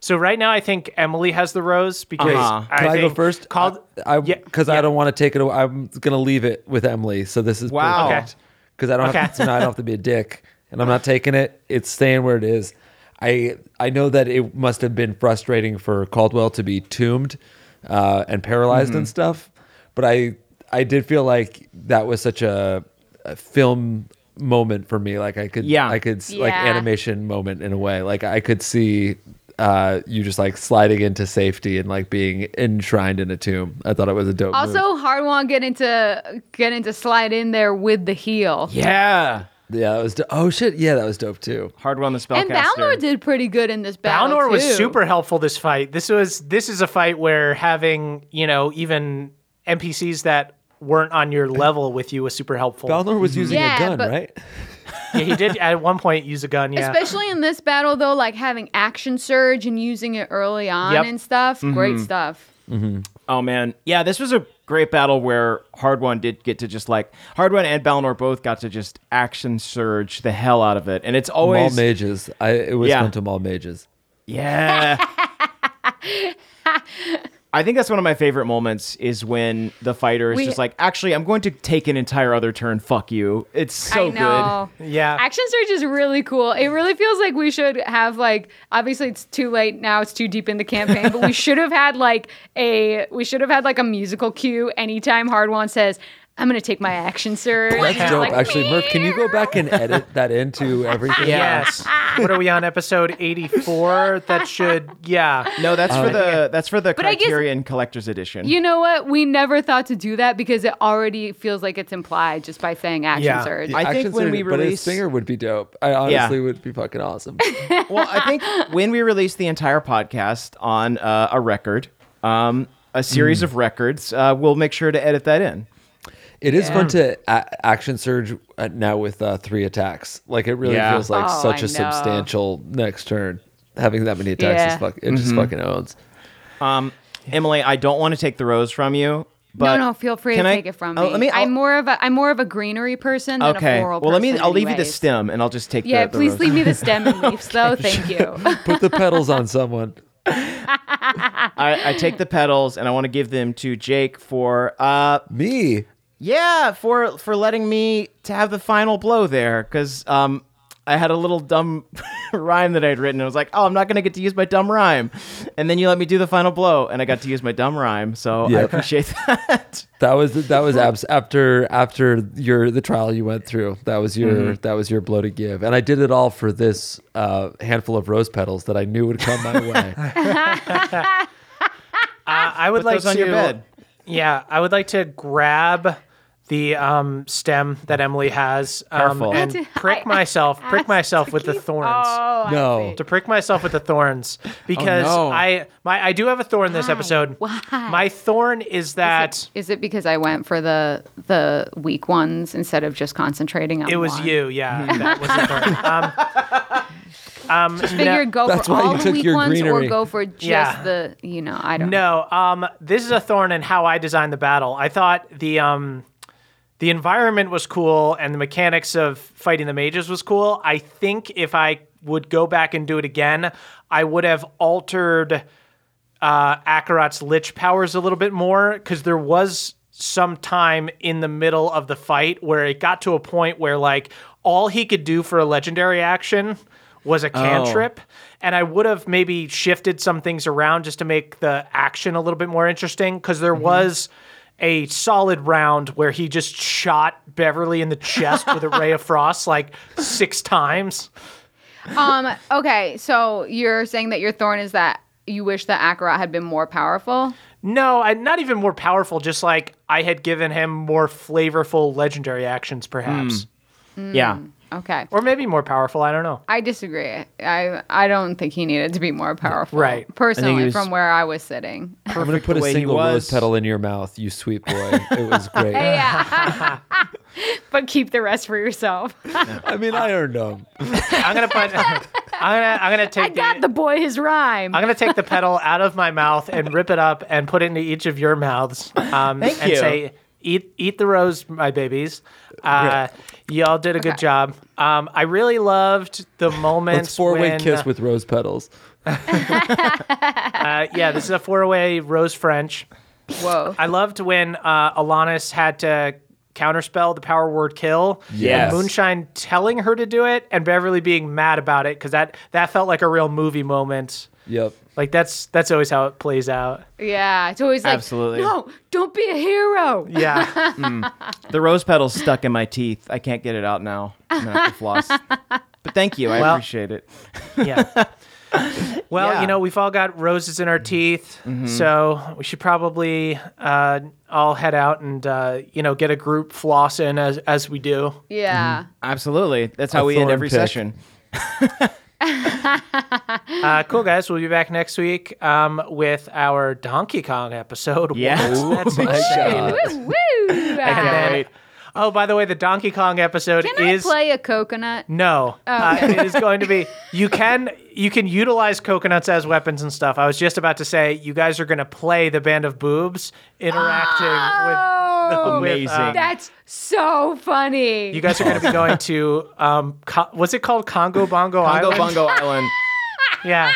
Speaker 2: So right now, I think Emily has the rose because
Speaker 4: Uh-huh.
Speaker 2: I,
Speaker 3: Can I, go
Speaker 2: think
Speaker 3: first?
Speaker 2: Called
Speaker 3: I
Speaker 2: Yeah,
Speaker 3: because I don't want to take it away. I'm gonna leave it with Emily. So this is
Speaker 4: Wow.
Speaker 2: Okay.
Speaker 3: Because I don't
Speaker 2: Okay.
Speaker 3: have to, so now I don't have to be a dick, and I'm not taking it. It's staying where it is. I I know that it must have been frustrating for Caldwell to be tombed uh, and paralyzed
Speaker 2: Mm-hmm.
Speaker 3: and stuff, but I I did feel like that was such a, a film moment for me. Like I could
Speaker 4: Yeah.
Speaker 3: I could s- like
Speaker 5: Yeah.
Speaker 3: animation moment in a way. Like I could see uh, you just like sliding into safety and like being enshrined in a tomb. I thought it was a dope. move.
Speaker 5: Also, Hardwon getting to getting to slide in there with the heel.
Speaker 4: Yeah.
Speaker 3: yeah, that was. Do- oh shit, yeah, that was dope too.
Speaker 4: Hard one the spellcaster.
Speaker 5: And Balnor did pretty good in this battle.
Speaker 2: Balnor was
Speaker 5: too.
Speaker 2: super helpful this fight. This was this is a fight where having you know even NPCs that weren't on your level with you was super helpful.
Speaker 3: Balnor was using
Speaker 5: Mhm. Yeah,
Speaker 3: a gun,
Speaker 5: but-
Speaker 3: right?
Speaker 2: Yeah, he
Speaker 4: (laughs)
Speaker 2: did at one point use a gun. Yeah,
Speaker 5: Especially in this battle, though, like having action surge and using it early on
Speaker 2: Yep. Mm-hmm.
Speaker 5: and stuff. Great stuff.
Speaker 4: Oh man, yeah, this was a great battle where Hard One did get to just like Hard One and Balnor both got to just action surge the hell out of it, and it's
Speaker 3: Mall
Speaker 4: always
Speaker 3: mages. I it was
Speaker 4: Yeah.
Speaker 3: fun to mall mages.
Speaker 5: (laughs)
Speaker 4: yeah. I think that's one of my favorite moments is when the fighter is
Speaker 5: We-
Speaker 4: just like, actually, I'm going to take an entire other turn. Fuck you. It's so
Speaker 5: I know.
Speaker 2: Yeah.
Speaker 5: Action Surge is really cool. It really feels like we should have like obviously it's too late now, it's too deep in the campaign,
Speaker 4: (laughs)
Speaker 5: but we should have had like a we should have had like a musical cue anytime Hardwon says, I'm gonna take my action surge.
Speaker 3: That's
Speaker 5: And
Speaker 3: dope.
Speaker 5: like,
Speaker 3: Actually, Murph, can you go back and edit that
Speaker 5: (laughs)
Speaker 3: into everything?
Speaker 2: Yes. what are we on episode 84? That should yeah.
Speaker 4: good. No, that's for the that's for the
Speaker 5: Oh, I guess-
Speaker 4: Criterion Collector's Edition.
Speaker 5: You know what? We never thought to do that because it already feels like it's implied just by saying action
Speaker 2: Yeah.
Speaker 5: surge.
Speaker 4: I think
Speaker 3: Action
Speaker 4: when
Speaker 3: surge,
Speaker 4: we
Speaker 3: but a
Speaker 4: release-
Speaker 3: stinger would be dope. I honestly would be fucking
Speaker 5: (laughs)
Speaker 3: awesome.
Speaker 4: (laughs) well, I think when we release the entire podcast on uh, a record, um, a
Speaker 5: Mm.
Speaker 4: series of records, uh, we'll make sure to edit that in.
Speaker 3: It is fun to a- action surge uh, now with uh, three attacks. Like it really
Speaker 4: Yeah.
Speaker 3: feels like
Speaker 5: Oh,
Speaker 3: such
Speaker 5: I
Speaker 3: a
Speaker 5: know.
Speaker 3: substantial next turn. Having that many attacks
Speaker 5: Yeah.
Speaker 3: is fuck. It just
Speaker 4: Mm-hmm.
Speaker 3: fucking owns.
Speaker 4: Um, Emily, I don't want to take the rose from you. But
Speaker 5: no, no, feel free
Speaker 4: can
Speaker 5: to
Speaker 4: I-
Speaker 5: take it from
Speaker 4: Oh,
Speaker 5: me.
Speaker 4: let me
Speaker 5: I'm
Speaker 4: I'll-
Speaker 5: more of a I'm more of a greenery person than
Speaker 4: okay.
Speaker 5: a floral
Speaker 4: well, let me.
Speaker 5: person
Speaker 4: I'll leave you the
Speaker 5: anyways.
Speaker 4: stem, and I'll just take.
Speaker 5: Yeah,
Speaker 4: the, the
Speaker 5: please
Speaker 4: rose.
Speaker 5: leave me the stem
Speaker 4: (laughs)
Speaker 5: and leaves though. Thank you.
Speaker 3: Put the pedals on someone. (laughs)
Speaker 4: I, I take the petals, and I want to give them to Jake for. Uh,
Speaker 3: Me.
Speaker 4: yeah, for for letting me to have the final blow there, because um, I had a little dumb (laughs) rhyme that I'd written. I was like, oh, I'm not gonna get to use my dumb rhyme, and then you let me do the final blow, and I got to use my dumb rhyme. So I
Speaker 3: Yep.
Speaker 4: appreciate that.
Speaker 3: That was that was abs- after after your the trial you went through. That was your
Speaker 4: Mm-hmm.
Speaker 3: that was your blow to give, and I did it all for this uh, handful of rose petals that I knew would come my
Speaker 4: (laughs)
Speaker 3: way.
Speaker 2: Uh, I would
Speaker 4: Put
Speaker 2: like
Speaker 4: those on
Speaker 2: to
Speaker 4: your bed.
Speaker 2: Yeah, I would like to grab the um, stem that Emily has um,
Speaker 4: Careful.
Speaker 2: and prick myself, prick myself with the thorns.
Speaker 5: Oh, I
Speaker 3: No.
Speaker 5: see.
Speaker 2: to prick myself with the thorns because
Speaker 4: no.
Speaker 2: I my I do have a thorn this episode. Why? My thorn is that
Speaker 5: Is it because I went for the the weak ones instead of just concentrating on
Speaker 2: it was
Speaker 5: one?
Speaker 2: you. Yeah, that was the thorn. Um, um,
Speaker 5: Figure
Speaker 2: no-
Speaker 5: go
Speaker 3: That's
Speaker 5: for
Speaker 3: why you
Speaker 5: all the
Speaker 3: took
Speaker 5: weak
Speaker 3: your
Speaker 5: ones
Speaker 3: greenery.
Speaker 5: or go for just
Speaker 2: Yeah.
Speaker 5: the you know I don't know.
Speaker 2: No, um, this is a thorn in how I designed the battle. I thought the um, the environment was cool and the mechanics of fighting the mages was cool. I think if I would go back and do it again, I would have altered uh, Akarat's lich powers a little bit more because there was some time in the middle of the fight where it got to a point where like all he could do for a legendary action was a cantrip and i would have maybe shifted some things around just to make the action a little bit more interesting because there was a solid round where he just shot beverly in the chest with a ray of frost like six times
Speaker 5: Um. Okay. So you're saying that your thorn is that you wish that Akarat had been more powerful.
Speaker 2: No, I, not even more powerful. Just like I had given him more flavorful legendary actions, perhaps,
Speaker 4: Yeah.
Speaker 5: Okay.
Speaker 2: or maybe more powerful. I don't know.
Speaker 5: I disagree. I I don't think he needed to be more powerful.
Speaker 2: Right. I think he
Speaker 5: Personally,
Speaker 4: was-
Speaker 5: from where I was
Speaker 2: (laughs)
Speaker 5: sitting.
Speaker 3: I'm gonna put
Speaker 4: the
Speaker 3: a
Speaker 4: way he
Speaker 3: single
Speaker 4: was.
Speaker 3: rose petal in your mouth, you sweet boy. It
Speaker 5: (laughs)
Speaker 3: was
Speaker 2: (laughs)
Speaker 3: great.
Speaker 5: yeah. but keep the rest for yourself.
Speaker 3: I mean, I earned them.
Speaker 5: (laughs)
Speaker 2: I'm gonna put. I'm gonna I'm gonna take
Speaker 5: I got the boy his rhyme.
Speaker 2: I'm gonna take the pedal out of my mouth and rip it up and put it into each of your mouths. Um,
Speaker 4: Thank
Speaker 2: and
Speaker 4: you.
Speaker 2: say, "Eat, eat the rose, my babies." Uh, Y'all did a good job. Um, I really loved the moment.
Speaker 3: It's four way
Speaker 2: when-
Speaker 3: kiss with rose petals.
Speaker 2: Uh, yeah, this is a four way rose French.
Speaker 5: Whoa.
Speaker 2: I loved when uh, Alanis had to counterspell the power word kill.
Speaker 3: Yes.
Speaker 2: And Moonshine telling her to do it and Beverly being mad about it because that that felt like a real movie moment.
Speaker 3: Yep.
Speaker 2: Like that's that's always how it plays out.
Speaker 5: Yeah, it's always like,
Speaker 4: Absolutely.
Speaker 5: no, don't be a hero.
Speaker 2: Yeah.
Speaker 4: The rose petal's stuck in my teeth. I can't get it out now. I'm gonna have to floss. But thank you. I
Speaker 2: Well-
Speaker 4: appreciate it.
Speaker 2: (laughs) yeah. Well,
Speaker 4: Yeah.
Speaker 2: you know, we've all got roses in our teeth, so we should probably uh, all head out and uh, you know get a group floss in as as we do.
Speaker 5: Yeah.
Speaker 4: Absolutely. That's how
Speaker 3: A
Speaker 4: we end
Speaker 3: thorn
Speaker 4: every
Speaker 3: pick.
Speaker 4: session.
Speaker 2: Uh, cool guys, we'll be back next week um, with our Donkey Kong episode.
Speaker 4: Yes.
Speaker 2: Wow, that's
Speaker 3: my
Speaker 2: insane.
Speaker 3: God.
Speaker 5: Woo, woo.
Speaker 2: And then-
Speaker 4: wait.
Speaker 2: oh, by the way, the Donkey Kong episode
Speaker 5: Can
Speaker 2: is
Speaker 5: I play Oh, a coconut?
Speaker 2: no. Uh, it is going to be you can you can utilize coconuts as weapons and stuff. I was just about to say you guys are going to play the band of boobs interacting with
Speaker 5: Oh,
Speaker 2: with,
Speaker 4: Amazing.
Speaker 2: uh,
Speaker 5: that's so funny.
Speaker 2: You guys are going to be going to um, co- what's it called? Congo Bongo
Speaker 4: Bongo
Speaker 2: Island.
Speaker 4: (laughs) Bongo Island.
Speaker 2: Yeah,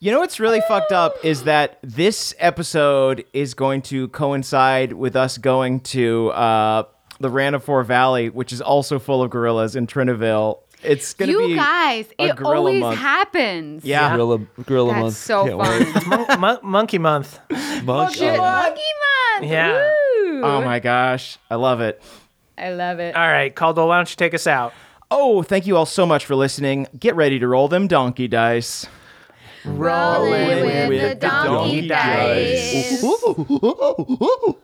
Speaker 4: You know what's really fucked up is that this episode is going to coincide with us going to uh, the Ranafor Valley, which is also full of gorillas in Triniville. It's gonna
Speaker 5: you
Speaker 4: be
Speaker 5: guys,
Speaker 4: a
Speaker 5: it
Speaker 4: gorilla
Speaker 5: always
Speaker 4: month.
Speaker 5: happens.
Speaker 4: yeah.
Speaker 3: Gorilla, gorilla
Speaker 5: That's
Speaker 3: month.
Speaker 5: so
Speaker 3: Can't
Speaker 5: fun.
Speaker 2: Mon- mon- Monkey Month.
Speaker 3: wait. Month.
Speaker 5: Shit, Monkey Month.
Speaker 2: Yeah.
Speaker 5: Woo.
Speaker 4: Oh my gosh, I love it.
Speaker 5: I love it.
Speaker 2: All right, Caldwell, why don't you take us out?
Speaker 4: Oh, thank you all so much for listening. Get ready to roll them donkey dice.
Speaker 5: Rolling
Speaker 4: with the donkey
Speaker 3: dice.
Speaker 4: Ooh, ooh, ooh, ooh, ooh.